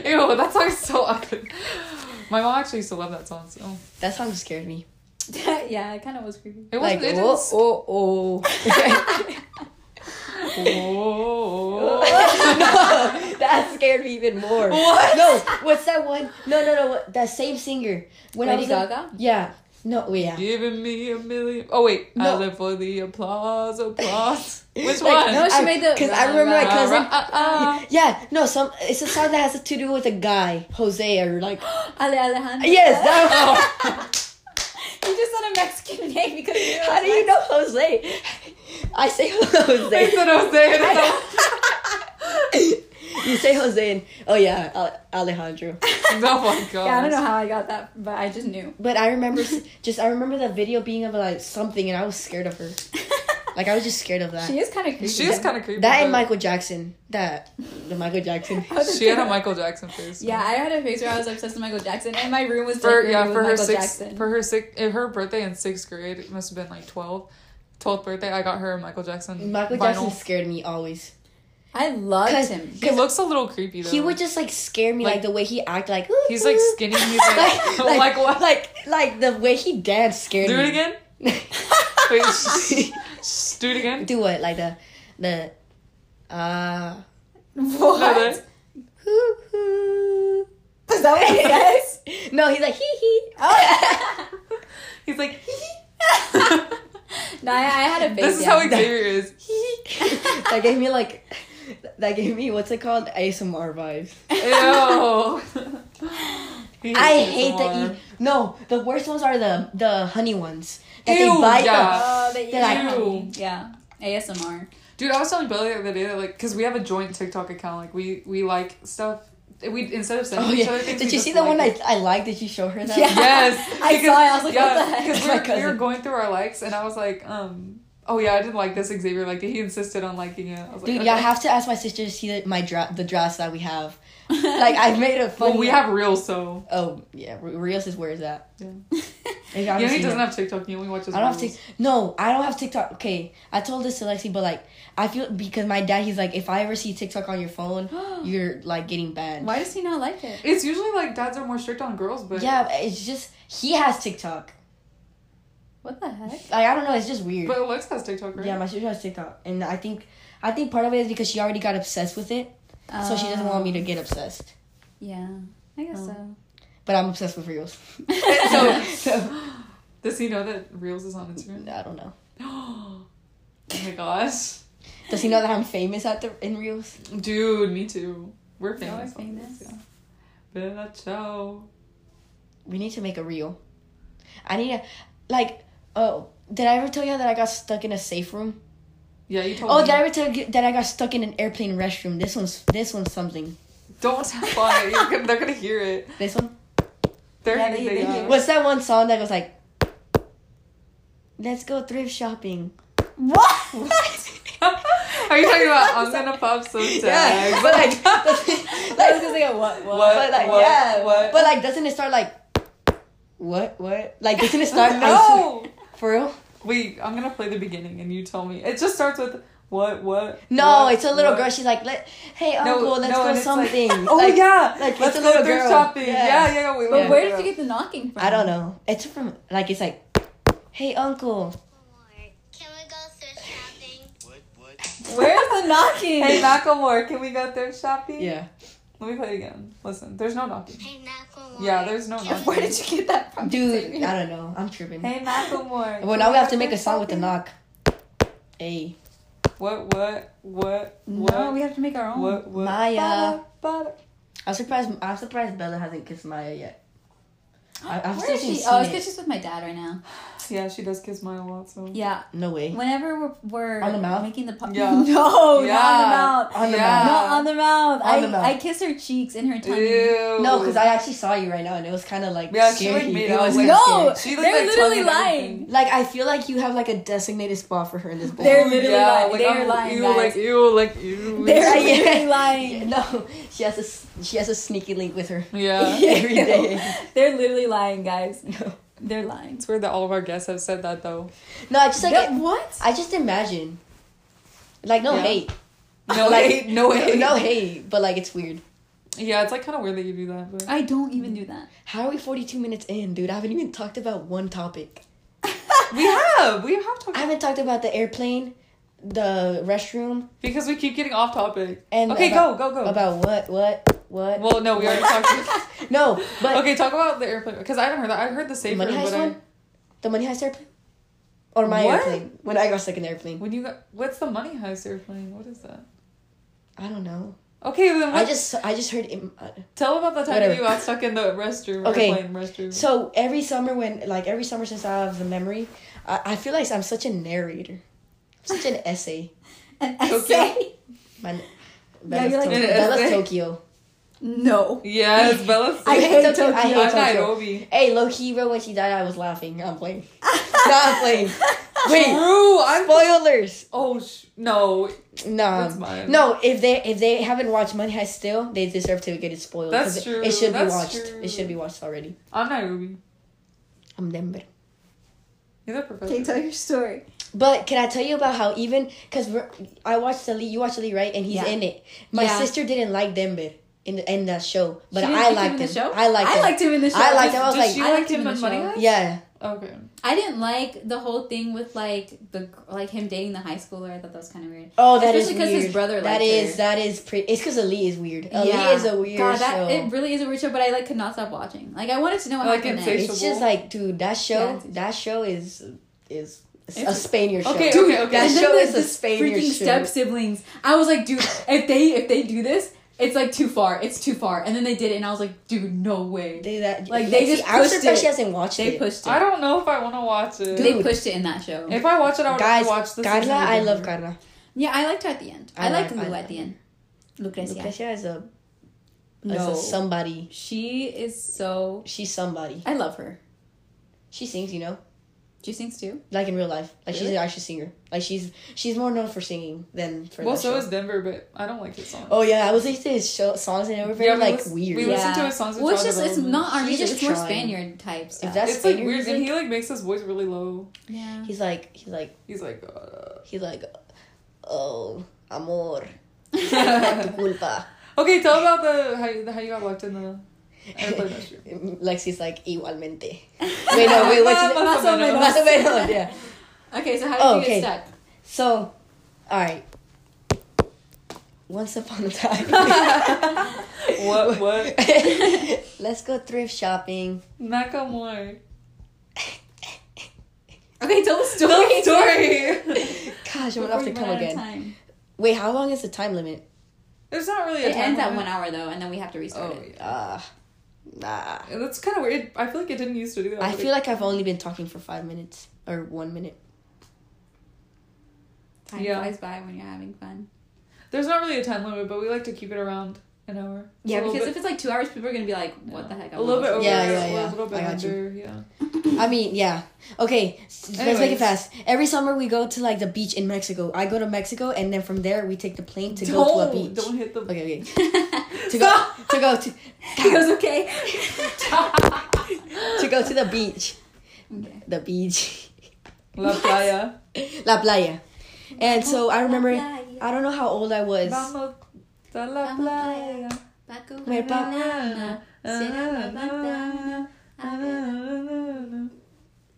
Ew, that song's so ugly. My mom actually used to love that song. So that song scared me. yeah, it kind of was creepy. it Like wasn't. it oh didn't oh oh. Oh. that scared me even more. What? No, what's that one? No, no, no. What, that same singer. When Lady in- Gaga? yeah. No. well, Yeah. Giving me a million. Oh wait, I No. live for the applause, applause. Which Like, one? No, she I- made the. 'cause I remember my Uh, Ra- cousin- uh, uh. Yeah. No. Some. It's a song that has to do with a guy, Jose, or like. Ale Alejandro. yes. That. Oh. One. You just said a Mexican name because you How do you know Jose? I say I Jose. said Jose. and it's you say Jose, and oh yeah, Ale- Alejandro. like- Oh my god. Yeah, I don't know how I got that, but I just knew. But I remember, s- just I remember that video being of like something, and I was scared of her. Like I was just scared of that. she is kind of creepy. She is kind of creepy. that and but Michael Jackson. That the Michael Jackson. She had a Michael Jackson face. Yeah, I had a phase where I was obsessed with Michael Jackson, and my room was For decorated yeah, with for her Michael sixth, Jackson. for her sixth, her birthday in sixth grade. It must have been like 12. 12th birthday. I got her a Michael Jackson. Michael vinyl. Jackson scared me always. I loved Cause- him. He looks a little creepy though. He would just like scare me, like, Like- the way he acted, like He's like skinny. He's like, like, like, like, what? like like the way he danced scared do me. it again. Wait, sh- sh- do it again. do it like the the uh. What? No, Is that- hoo, hoo. that what he says? No, he's like hee hee. Oh. He's like. no, I, I had a phase. This is yeah. how Xavier is. that gave me like that gave me what's it called ASMR vibes. Ew. He I hates hate water. the e- no. The worst ones are the the honey ones that Ew, they bite. yeah. Oh, they They're like- Ew. yeah. ASMR. Dude, I was telling Billy the other day that like, cause we have a joint TikTok account. Like, we we like stuff. We instead of sending Oh each yeah. other things, we Did you just see the like one it. I I liked? Did you show her that? Yeah. Yes, I saw it, I was like, what the heck? Because My we were- we, were cousin. going through our likes, and I was like, um, oh yeah, I didn't like this. Xavier liked it. He insisted on liking it. I was like, Dude, yeah, I okay. have to ask my sister to see the, my dra- the drafts that we have. Like I made a funny. Well, we have reels, so Oh yeah, R- Rios is where is that? Yeah. If yeah, I haven't he seen doesn't it. have TikTok. He only watches. I don't have reels. TikTok. No, I don't have TikTok. Okay, I told this to Lexi, but like, I feel because my dad, he's like, if I ever see TikTok on your phone, you're like getting banned. Why does he not like it? It's usually like dads are more strict on girls, but Yeah, but it's just he has TikTok. What the heck? Like I don't know, it's just weird. But Alex has TikTok, right? yeah, my sister has TikTok, and I think I think part of it is because she already got obsessed with it, so she doesn't want me to get obsessed. Um, Yeah, I guess Oh. so. But I'm obsessed with reels. So- so Does he know that reels is on Instagram? I don't know. oh my gosh, Does he know that I'm famous at the in reels? dude, me too. We're Y'all are famous. on this, famous. yeah. Bella ciao. We need to make a reel. I need to like. Oh, did I ever tell you that I got stuck in a safe room? Yeah, you told Oh, me. did I ever tell you that I got stuck in an airplane restroom? This one's this one's something. Don't tap on it. You're gonna, they're gonna hear it. This one. They're Yeah, they- they they- hear it. What's that one song that goes like? Let's go thrift shopping. What? Are you talking about I'm gonna pop some tags? Yeah, but like, like, gonna say what? What? but like, what, yeah, what? but like, doesn't it start like? What? What? Like, doesn't it start? I swear- no. for real? Wait, I'm gonna play the beginning and you tell me. It just starts with what what. No, what, it's a little what. girl. She's like, let, hey No, uncle, let's no, and go it's like- something. oh Like, yeah, like, it's let's a go little thrift girl. shopping. Yeah. Yeah, yeah. yeah wait, But wait, where wait, did you wait. get the knocking from? I don't know. It's from like it's like, hey uncle. Can we go thrift shopping? What, what? Where's the knocking? Hey Macklemore, can we go thrift shopping? Yeah. Let me play it again. Listen, there's no knocking. Hey, Macklemore. Yeah, there's no Can we- knocking. Where did you get that from? Dude, uh, I don't know. I'm tripping. Hey Macklemore. well, can now we go have to make a thrift song with the shopping? knock. Hey, What what what No, what we have to make our own. what what? Maya. Ba-da, ba-da. I'm surprised. I'm surprised Bella hasn't kissed Maya yet. I, I've Where still is she? seen Oh, it's it. because she's with my dad right now. Yeah, she does kiss mine a lot. So Yeah. No way. Whenever we're, we're On the mouth? making the po- Yeah. Oh, no, Yeah. not on the mouth. On the Yeah. Not on the mouth. On I, the mouth. I kiss her cheeks and her tummy. Ew. No, because I actually saw you right now, and it was kind of like Oh. Yeah, she scary. like made it out. was Like, No, She looked they're like literally tongue and lying. everything. Like I feel like you have like a designated spot for her in this bowl. They're literally Yeah, lying. like, they're I'm- lying, Ew, guys. like ew, like ew. They're Yeah. literally lying. no, she has a s- she has a sneaky link with her yeah. every Ew. day. They're literally lying, guys. No, They're lying. It's weird that all of our guests have said that though. no, I just like That- what? I just imagine. Like no Yeah. hate, No Like, hate, no hate, no hate, but like it's weird. Yeah, it's like kind of weird that you do that. But I don't even do that. How are we forty two minutes in, dude? I haven't even talked about one topic. we have, we have talked I haven't talked about the airplane, the restroom, because we keep getting off topic. and okay, about, go, go, go. about what, what, what. Oh. well, no, we already talked. no, but okay, talk about the airplane because I haven't heard that. I heard the the safe money room, heist but I, one, the money heist airplane, or my What? airplane when I got stuck in the airplane. when you got what's the money heist airplane? What is that? I don't know. Okay, then what, I just I just heard. Im- uh, tell about the time Whatever. you got stuck in the restroom. Okay. airplane restroom. So every summer when like every summer since I have the memory, I, I feel like I'm such a narrator, such an essay. An Okay. essay? My, Yeah, Bella's, you're like- Tokyo. An Bella's essay. Tokyo. No. Yes, Bella. I said- hate Tokyo. I hate I'm Tokyo. Nairobi. Hey, low key, bro, when she died, I was laughing. I'm playing. Not playing. Wait, True. I'm. spoilers. oh sh- no. No, That's mine. no. If they if they haven't watched Money Heist still, they deserve to get it spoiled. That's 'cause it- true. It should That's be watched. true. It should be watched already. I'm Nairobi. I'm Denver. You're the Okay, professor. tell your story. But can I tell you about how even because I watched Ali, you watched Ali, right? And he's Yeah. in it. My Yeah. sister didn't like Denver in the, in that show, but She didn't like I him liked in him. the show? I liked I him. liked him in the show. I liked him. I was Did like, she I like liked him him in in the Money show. Heist? yeah, Okay. I didn't like the whole thing with like the like him dating the high schooler. I thought that was kind of weird. Oh, that is Especially 'cause his weird. brother That liked is her. that is pretty. It's because Ali is weird. Ali is a weird God, that, show. It really is a weird show, but I like could not stop watching. Like I wanted to know what I like happened it, next. Insatiable. it's just like, dude, that show. Yeah. that show is is a It's- Spaniard show. Okay, Dude, okay, okay. That And then show the- is a the Spaniard freaking show. step siblings. I was like, dude, if they if they do this, it's like too far. It's too far. And then they did it, and I was like, dude, no way. They, They that Like, they just I was pushed surprised it. she hasn't watched it. pushed it. I don't know if I want to watch it. they Dude. pushed it in that show. if I watch it, I would Guys, watch this. Carla, I love Carla. yeah, I liked her at the end. I, I like like- I Lou like at the end. Lucrecia. Lucrecia is a is No. a somebody. She is so. She's somebody. I love her. She sings, you know, She sings too. like in real life. Like she's Really? an actual singer. Like she's she's more known for singing than for. Well, that so show. is Denver, but I don't like his song. Oh yeah, I was listening to his show, songs and everything. Yeah, we like lis- weird. we listen to his songs with Well, it's John just it's Development. not our She's music. just It's more trying. Spaniard type stuff. If that's it's like Spaniard weird, and music- he like makes his voice really low. yeah. He's like he's like He's like, uh... he's like, oh amor, tu culpa. okay, tell about the how you, how you got locked in the airplane last year. Lexi's like igualmente. Wait no wait what's his Más o menos. Más o menos, yeah. Okay, so how did Oh, you okay. get So, all right. Once upon a time, stuck? What what? let's go thrift shopping. Nakamura. okay, tell the story. Tell the story. Gosh, I'm gonna have to We come run out of again. time. Wait, how long is the time limit? It's not really. A It time ends at limit. one hour though, and then we have to restart Oh it. yeah, Uh, nah. And that's kind of weird. I feel like it didn't used to do that. I but feel it- like I've only been talking for five minutes or one minute. Time Yeah. flies by when you're having fun. there's not really a time limit, but we like to keep it around an hour. It's a Yeah, little because if bit- it's like two hours, people are gonna be like, "What the heck?" I a little bit wanna over, Yeah, it, yeah, or yeah. a little bit I got you. under, yeah. I mean, yeah. Okay, s- let's make Anyways. it fast. Every summer we go to like the beach in Mexico. I go to Mexico, and then from there we take the plane to go to a beach. don't hit the. Okay, okay. watch." To go, to go to, he goes, "Okay." to go to the beach, okay. the beach, La playa. la playa. And so I remember, La playa. I don't know how old I was. Vamos a la Vamos playa. Paco, Wait, pa- banana, banana, banana, banana.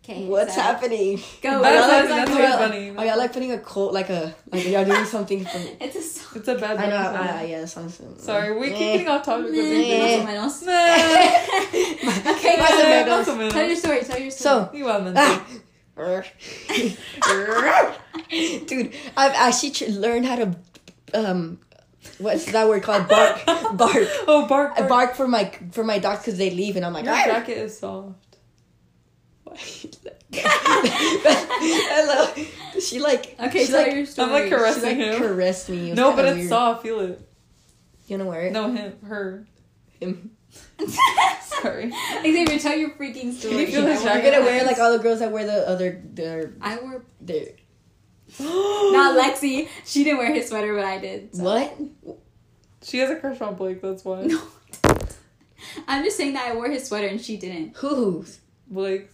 Okay, What's so- happening? That's Go. Y'all what- like, that's y'all- what's funny. oh, y'all like putting a quote, like a like y'all doing something from. It's a song. It's a bad I know. song. I, I, yeah, the song's. Sorry, we keep Eh. getting off topic. with Yeah. this. Más o menos. Nah. Okay, Más go. o menos. Eh, más o Tell your menos. story. Tell your story. So. Igualmente. Ah. Dude, I've actually tr- learned how to, um, what's that word called? Bark, bark. Oh, bark. I bark for my for my dogs because they leave, and I'm like, Your "Arr!" jacket is soft. hello. She like Okay, she tell like, your I'm story. like she caressing like him. caressed me. It was No, but kinda it's weird. soft. Feel it. You know where it? No, him, her. Him. Sorry. Xavier, tell your freaking Can you story. feel You're his jacket? gonna wear like all the girls that wear the other their I wore their not Lexi. She didn't wear his sweater, but I did. so. what? She has a crush on Blake. That's why. No. I'm just saying that I wore his sweater and she didn't. Who's? Blake's.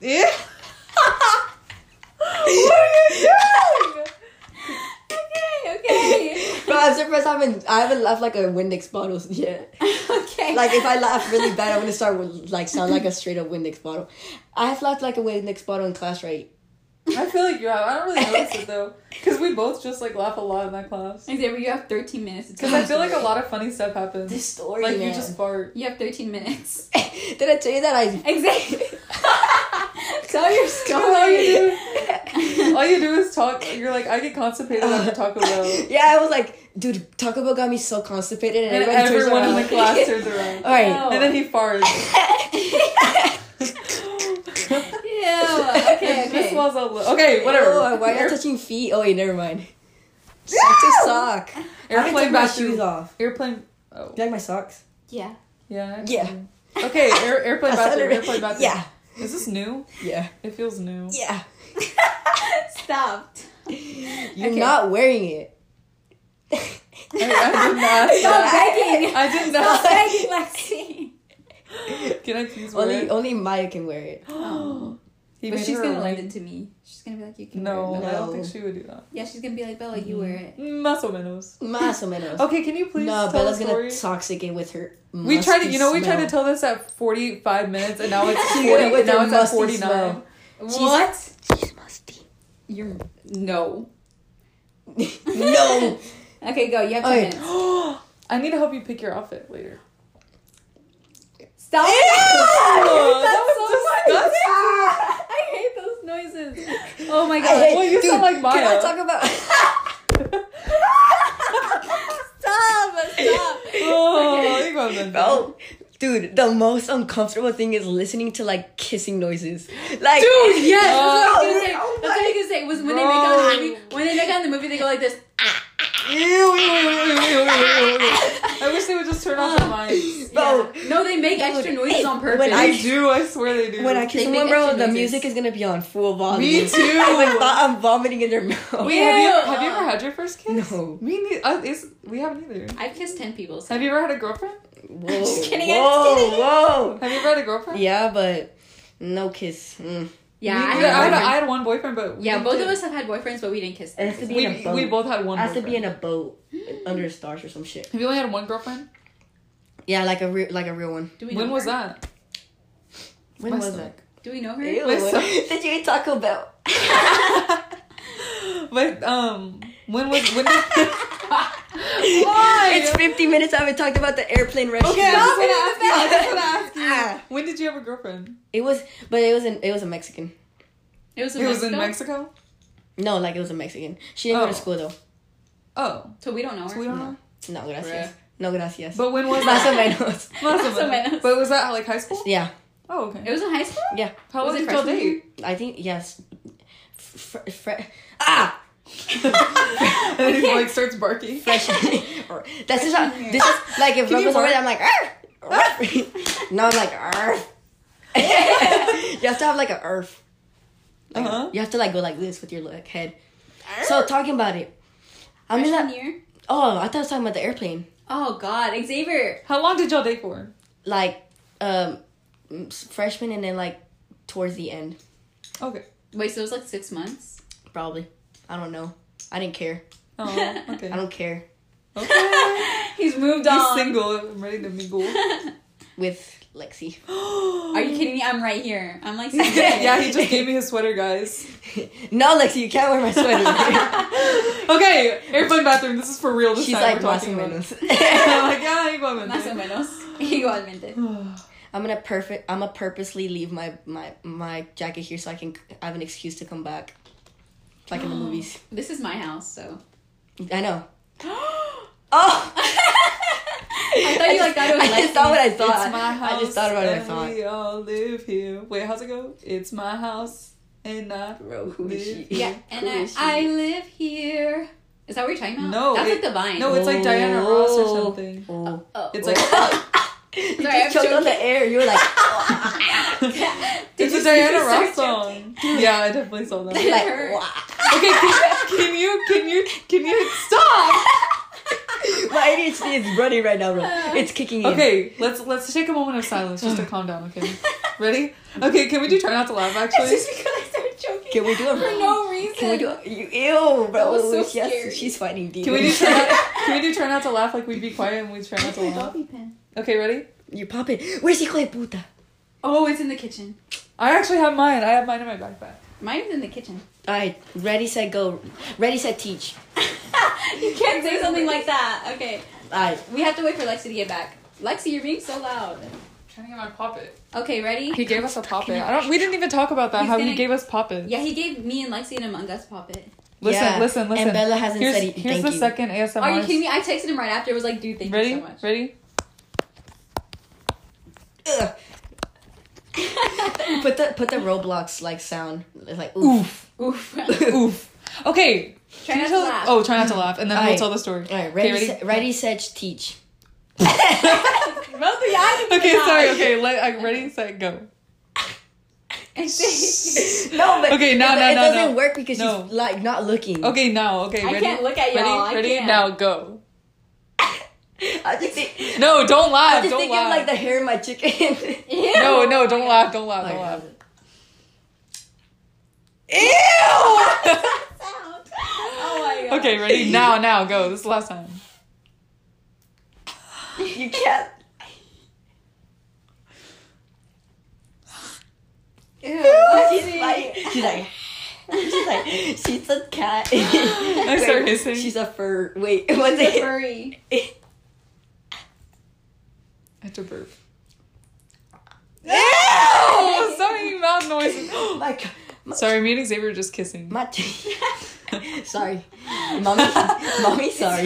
Yeah. Okay, okay, Bro, I'm surprised I haven't I haven't laughed like a Windex bottle yet. okay. Like if I laugh really bad, I'm gonna start with like sound like a straight up Windex bottle. I have laughed like a Windex bottle in class, right? I feel like you have. I don't really notice it though, because we both just like laugh a lot in that class. Xavier, you have 13 minutes. to Because tell I feel like a lot of funny stuff happens. This story, Like you man. just fart. You have 13 minutes. Did I tell you that I? Xavier, tell your All story. you, do, all you do is talk. You're like I get constipated after Taco Bell, Yeah, I was like, dude, Taco Bell got me so constipated, and, and everybody turns everyone in around. the Oh. class turns around, All right. No. and then he farts. Ew. It Okay, just okay. smells a little. Okay, whatever. Oh, why are you touching feet? Oh wait, never mind. Sock to sock. I can airplane take my bathroom. shoes off. Airplane. Oh You like my socks? Yeah. yeah. Yeah. Okay, air, airplane That's bathroom. under- Airplane bathroom. Yeah. Is this new? Yeah. It feels new. Yeah. Stop. You're Okay. not wearing it. I, I didn't ask Stop that. begging. I didn't Stop ask. begging, Lexi. Can I please wear only it? only Maya can wear it. He But made she's her a gonna ring. lend it to me. She's gonna be like, you can No, wear it. I don't No. think she would do that. Yeah, she's gonna be like, Bella, you wear it. Más o menos. Más o menos. Okay, can you Oh, please no, tell Bella's the gonna story? toxic it with her. we tried to, musty you know, we tried to smell. tell this at 45 minutes and now it's She's 40, gonna and with now her it's at musty 49. smell. What? She's musty. You're no. no. Okay, go. You have two Okay. minutes. I need to help you pick your outfit later. Stop. Oh, that was disgusting. I hate those noises. Oh my god. Hey, Well, you sound like Can I Maya. talk about? Stop. Oh, Oh. the most uncomfortable thing is listening to like kissing noises. Like, Dude, yes! That's what I was gonna say. Oh That's what I was gonna say. Was when they make out in Bro. the movie. When they make out in the movie, they go like this. Ew, ew, ew, ew, ew, ew, ew, ew. I wish they would just turn off the Uh. lights. Bro. Yeah. No, they make extra noises on purpose. When I- They do, I swear they do. When I kiss They make someone, bro, extra the noises. music is gonna be on full volume. Me too. I'm, like, vo- I'm vomiting in their mouth. Wait, have you, Ew. have you ever had your first kiss? Uh. No. Me neither. Uh, it's- we haven't either. I've kissed ten people. So. Have you ever had a girlfriend? Whoa, just kidding, I'm whoa, just kidding. whoa. Have you ever had a girlfriend? Yeah, but no kiss. Mm. Yeah, Me I neither. I had. had, a I boyfriend. had one boyfriend, but we Yeah, didn't both of get- us have had boyfriends, but we didn't kiss. It has to be in a boat. We, we both had one. it has to be boyfriend. in a boat under a stars or some shit. Have you only had one girlfriend? Yeah, like a real, like a real one. Do we know When was her? that? When My was stomach. Do we know her? it? Ew. My stomach. Did you eat Taco Bell? But um, when was when? Did, Why? it's 50 minutes. I haven't talked about the airplane rush. okay, I just Stop want to ask you. I just want to ask you. Ah. When did you have a girlfriend? It was, but it was an, it was a Mexican. It was in It was in Mexico? Mexico. No, like it was a Mexican. She didn't go Oh. to school though. Oh, So we don't know her. so we don't know. No gracias. Bruh. No gracias. But when was Más o that? menos. Más o Más o menos. But was that like high school? Yeah, Oh, okay. It was in high school. yeah. How was long it did y'all freshman date? I think yes. Fr- fr- fr- ah, And he like starts barking. fresh. That's just how, this is like if Can Rob you was already, bark? I'm like. "Arf, arf." no, I'm like. Arf. you have to have like a earth. Uh huh. You have to like go like this with your like head. So talking about it, I'm in Freshman that. year. Oh, I thought I was talking about the airplane. Oh God, Xavier. How long did y'all date for? Like, um, freshman and then like towards the end, Okay. Wait, so it was like six months. probably. I don't know. I didn't care. Oh, okay. I don't care. Okay. He's moved He's on. single. I'm ready to mingle. With Lexi. Are you kidding me? I'm right here. I'm like. yeah, he just gave me his sweater, guys. no, Lexi, you can't wear my sweater. Okay, airplane bathroom. This is for real. This She's time like we're más o talking about- Oh menos. I'm like, yeah, igualmente. Más o menos. Igualmente. I'm gonna perfect. I'm gonna purposely leave my my my jacket here so I can I have an excuse to come back, like in the movies. This is my house, so. I know. I Oh. thought you like thought it was I just Lexi. thought what I thought. It's my house. I just thought about what I and thought. We all live here. Wait, how's it go? It's my house and I Bro, who is she? live Yeah, and Who I, is she? I live here. Is that what you're talking about? No, that's it- like the vine. No, it's like Diana Ross or Oh. something. Oh. Oh. It's like You Sorry, I'm just choked on the air. You were like, Did it's you a see Diana the Ross search? song. Yeah, I definitely saw that. like hurt. "Wah." Okay, can, can you can you can you stop? my ADHD is running right now, bro. It's kicking in. Okay, let's let's take a moment of silence just to calm down. Okay, ready? Okay, can we do try not to laugh? Actually, Just because I started choking Can we do for it? no reason. Can we do it? You, ew, bro. That was so Yes, scary. she's fighting demons. can we do try not, can we do try not to laugh? Like we be quiet and we try not to laugh. pen. Okay, ready? You pop it. Where's hijo de puta? Oh, it's in the kitchen. I actually have mine. I have mine in my backpack. Mine's in the kitchen. All right, ready, set, go. Ready, set, teach. you can't say something like that. Okay, All right. we have to wait for Lexi to get back. Lexi, you're being so loud. trying to get my poppet. Okay, ready? He gave us a poppet. I don't. We didn't even talk about that. He's how he gonna- gave us poppets. Yeah, he gave me and Lexi an Among Us poppet. Listen, Yeah, listen, listen. And Bella hasn't here's said it. here's Thank the you. second ASMR. Are you kidding me? I texted him right after. I was like, dude, thank Ready? you so much. Ready? Ugh. Put the put the Roblox like sound. It's like oof. Oof. Oof. Okay. Try Can not you to tell- laugh. Oh, try not to laugh, and then we'll Alright. tell the story. All right, Okay, ready, set, ready, set, teach. Oh. Both of y'all. Okay, sorry. Okay, let, I, ready, set, go. No, but Okay, no, but no, it no, doesn't no. work because No. she's like not looking. Okay, now. Okay, I ready. can't look at y'all. I Ready, ready, can't. now, go. I just think, No, don't I laugh. just Don't think of like laugh. the hair in my chicken. Ew. No, no, don't laugh. Don't laugh. Like, Don't laugh. Ew! oh my god. Okay, ready, now, now, go. This is the last time. you can't. Ew, She's Lexi. like, she's like, she's like, she's a cat. I start hissing. She's a fur. Wait, what's it? Furry. I have to burp. Ew! Oh, so many mouth noises. my god. My, Sorry, me and Xavier are just kissing. my sorry. Mommy, mommy, sorry.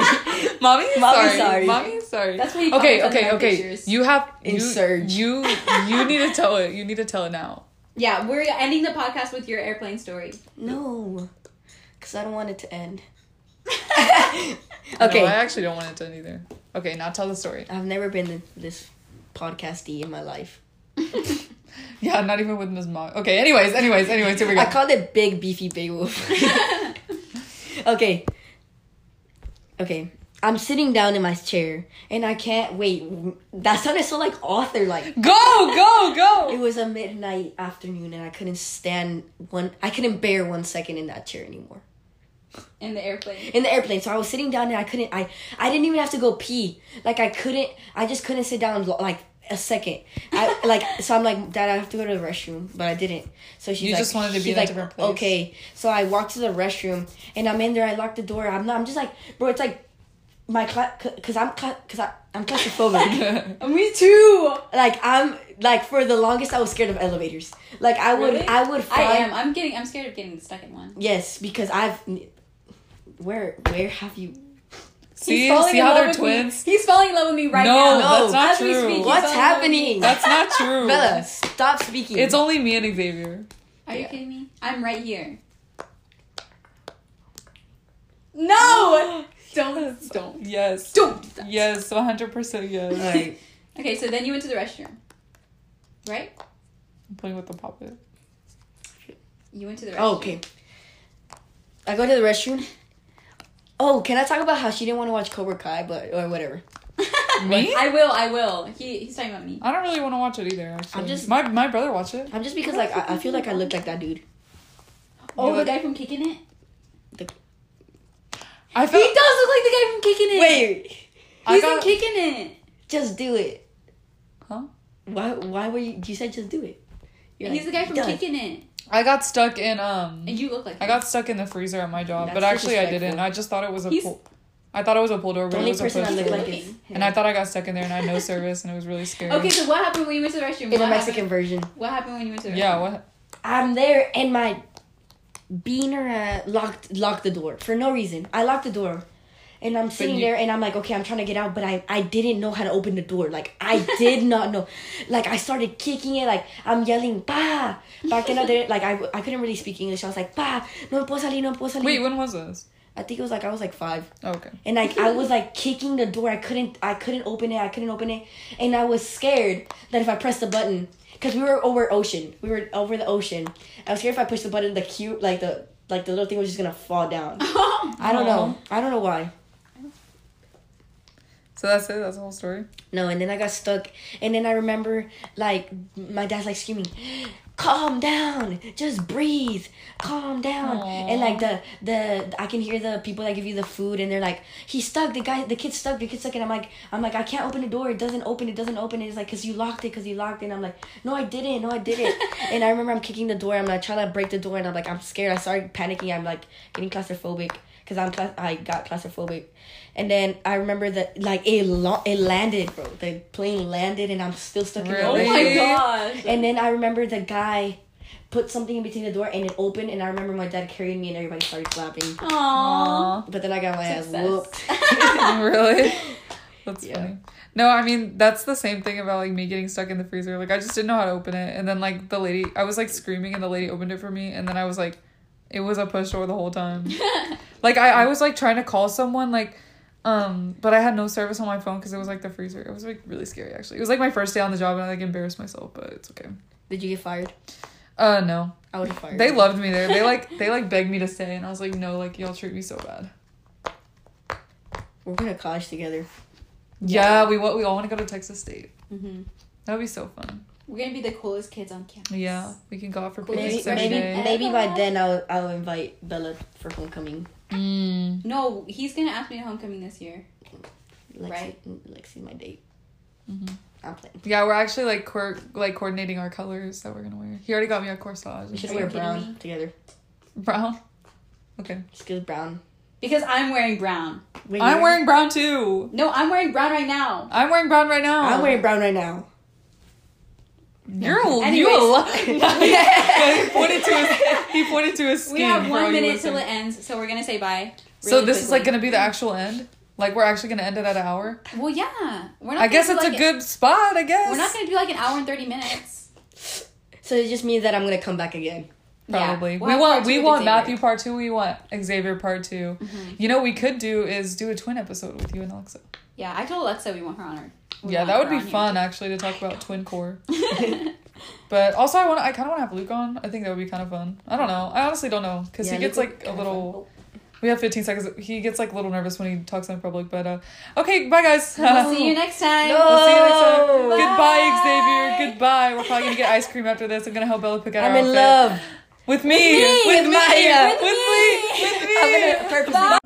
Mommy, Mommy, sorry. sorry. Mommy's Sorry. That's what he okay, comments on okay, my okay. pictures. You have In you, Surge. You you need to tell it. You need to tell it now. Yeah, we're ending the podcast with your airplane story. No, because I don't want it to end. No, Okay. I actually don't want it to end either. Okay, now tell the story. I've never been this podcasty in my life. Yeah, not even with Ms. Mog. Okay, anyways, anyways, anyways, here we go. I called it Big Beefy Big Wolf. okay. Okay. I'm sitting down in my chair and I can't wait. That sounded so like author like. Go, go, It go. was a midnight afternoon and I couldn't stand one I couldn't bear one second in that chair anymore. In the airplane. In the airplane. So I was sitting down and I couldn't I I didn't even have to go pee. Like I couldn't I just couldn't sit down lo- like a second. I like so I'm like dad I have to go to the restroom, but I didn't. So she's You like just wanted to be she's in a like, different place. Okay. So I walked to the restroom and I'm in there. I locked the door. I'm not I'm just like bro, it's like my cla- cuz I'm cla- cuz I I'm claustrophobic Me too. like I'm like for the longest I was scared of elevators. Like I would Really? I would I find am. I'm getting. I'm scared of getting stuck in one. yes because I've where where have you see, falling see in how love they're with twins? Me. He's falling in love with me right No, now. that's not As we true. speak, he's What's falling in love with me. happening? That's not true. Bella stop speaking. It's only me and Xavier. Are you Yeah. kidding me? I'm right here. No! don't. Don't. Yes. Don't. do that. Yes, 100% yes. All right. Okay, so then you went to the restroom. Right? I'm playing with the puppet. You went to the restroom. Oh, okay. I go to the restroom. Oh, can I talk about how she didn't want to watch Cobra Kai but or whatever. Me? I will, I will. He, he's talking about me. I don't really want to watch it either, actually. I'm just- my, my brother watched it. I'm just because like I, I feel like I look like that dude. Oh, the look- guy from Kicking It? I He does felt. look like the guy from Kicking It! Wait, I He's got, in Kicking It! just do it. Huh? Why why were you you said just do it. You're He's the like, guy from done. Kicking It. I got stuck in um. And you look like I him. got stuck in the freezer at my job, but That's actually I didn't. disrespectful. I just thought it was a He's- pull. I thought it was a pull door, but The it only was a push person I door. look like is Looking. and I thought I got stuck in there and I had no service and it was really scary. Okay, so what happened when you went to the restroom? in a What Mexican happened- version. What happened when you went to the restroom? Yeah. What? I'm there and my beaner uh, locked locked the door for no reason. I locked the door. And I'm sitting you- there and I'm like, okay, I'm trying to get out, but I, I didn't know how to open the door. Like I did not know. Like I started kicking it, like I'm yelling, bah back in there like I, I couldn't really speak English. I was like, bah, no puedo salir, no puedo salir. Wait. When was this? I think it was like I was like five. Okay. And like I was like kicking the door. I couldn't I couldn't open it. I couldn't open it. And I was scared that if I pressed the button cuz we were over ocean. We were over the ocean. I was scared if I pushed the button the cube like the like the little thing was just going to fall down. I don't know. I don't know why. So that's it. That's the whole story. No, and then I got stuck. And then I remember like my dad's like screaming, "Calm down. Just breathe. Calm down." And like the the I can hear the people that give you the food and they're like, "He's stuck. The guy the kid's stuck. The kid's stuck." And I'm like, I'm like, "I can't open the door. It doesn't open. It doesn't open." And it's like, "Cuz you locked it. Cuz you locked it." And I'm like, "No, I didn't. No, I didn't." and I remember I'm kicking the door. I'm like trying to break the door and I'm like, "I'm scared." I started panicking. I'm like getting claustrophobic because I'm cla- I got claustrophobic, and then I remember that like it lo- it landed, bro. The plane landed, and I'm still stuck Oh Oh in the my Really? gosh. And then I remember the guy put something in between the door, and it opened. And I remember my dad carried me, and everybody started clapping. Aww. But then I got my ass Success. whooped. really? That's Yeah. funny. No, I mean that's the same thing about like me getting stuck in the freezer. Like I just didn't know how to open it, and then like the lady, I was like screaming, and the lady opened it for me, and then I was like, it was a push door the whole time. like I, I was like trying to call someone, like, um, but I had no service on my phone because it was like the freezer. It was like really scary actually. It was like my first day on the job, and I like embarrassed myself, but it's okay. Did you get fired? Uh, no, I would have fired. they you. loved me there. They like they like begged me to stay, and I was like, no, like y'all treat me so bad. We're going to college together. Yeah, we what we all want to go to Texas State. Mm-hmm. Mhm. That would be so fun. We're gonna be the coolest kids on campus. Yeah, we can go out for Cool. picnics Maybe every maybe, day. maybe by then I'll I'll invite Bella for homecoming. Mm. No, he's gonna ask me to homecoming this year. Lexi, Right. Lexi's my date. I'm playing. Yeah, we're actually like cor- like coordinating our colors that we're gonna wear. He already got me a corsage. We should Are you wear kidding brown me? together. brown. Okay, Just 'cause brown. Because I'm wearing brown. Wait, I'm you're- wearing brown too. No, I'm wearing brown right now. I'm wearing brown right now. I'm wearing brown right now. You're a you Anyways. a li- Yeah, he pointed to his he pointed to his skin. We have for one all you minute till it listening. ends, so we're gonna say bye. so really this is like quickly. gonna be the actual end. Like we're actually gonna end it at an hour. Well, yeah. We're not I guess gonna it's do a like good spot. I guess We're not gonna do like an hour and thirty minutes. So it just means that I'm gonna come back again. Yeah. probably. We'll we have want part we two with want Xavier. Matthew part two. We want Xavier part 2 Mm-hmm. You know what we could do is do a twin episode with you and Alexa. Yeah, I told Alexa we want her on her. we yeah, want that would her be on here. fun actually to talk about twin core. But also, I want I kind of want to have Luke on. I think that would be kind of fun. I don't know. I honestly don't know because Yeah, he gets Luke would like be a kinda little. We have 15 seconds. He gets like a little nervous when he talks in public. But uh, okay, bye guys. We'll see you next time. We'll see you next time. No. Goodbye, Bye. Xavier. Goodbye. We're probably gonna get ice cream after this. I'm gonna help Bella pick out I'm our in outfit. love. Oh, with me. With me. With With me. Maya. With me. With me. I'm gonna purposely.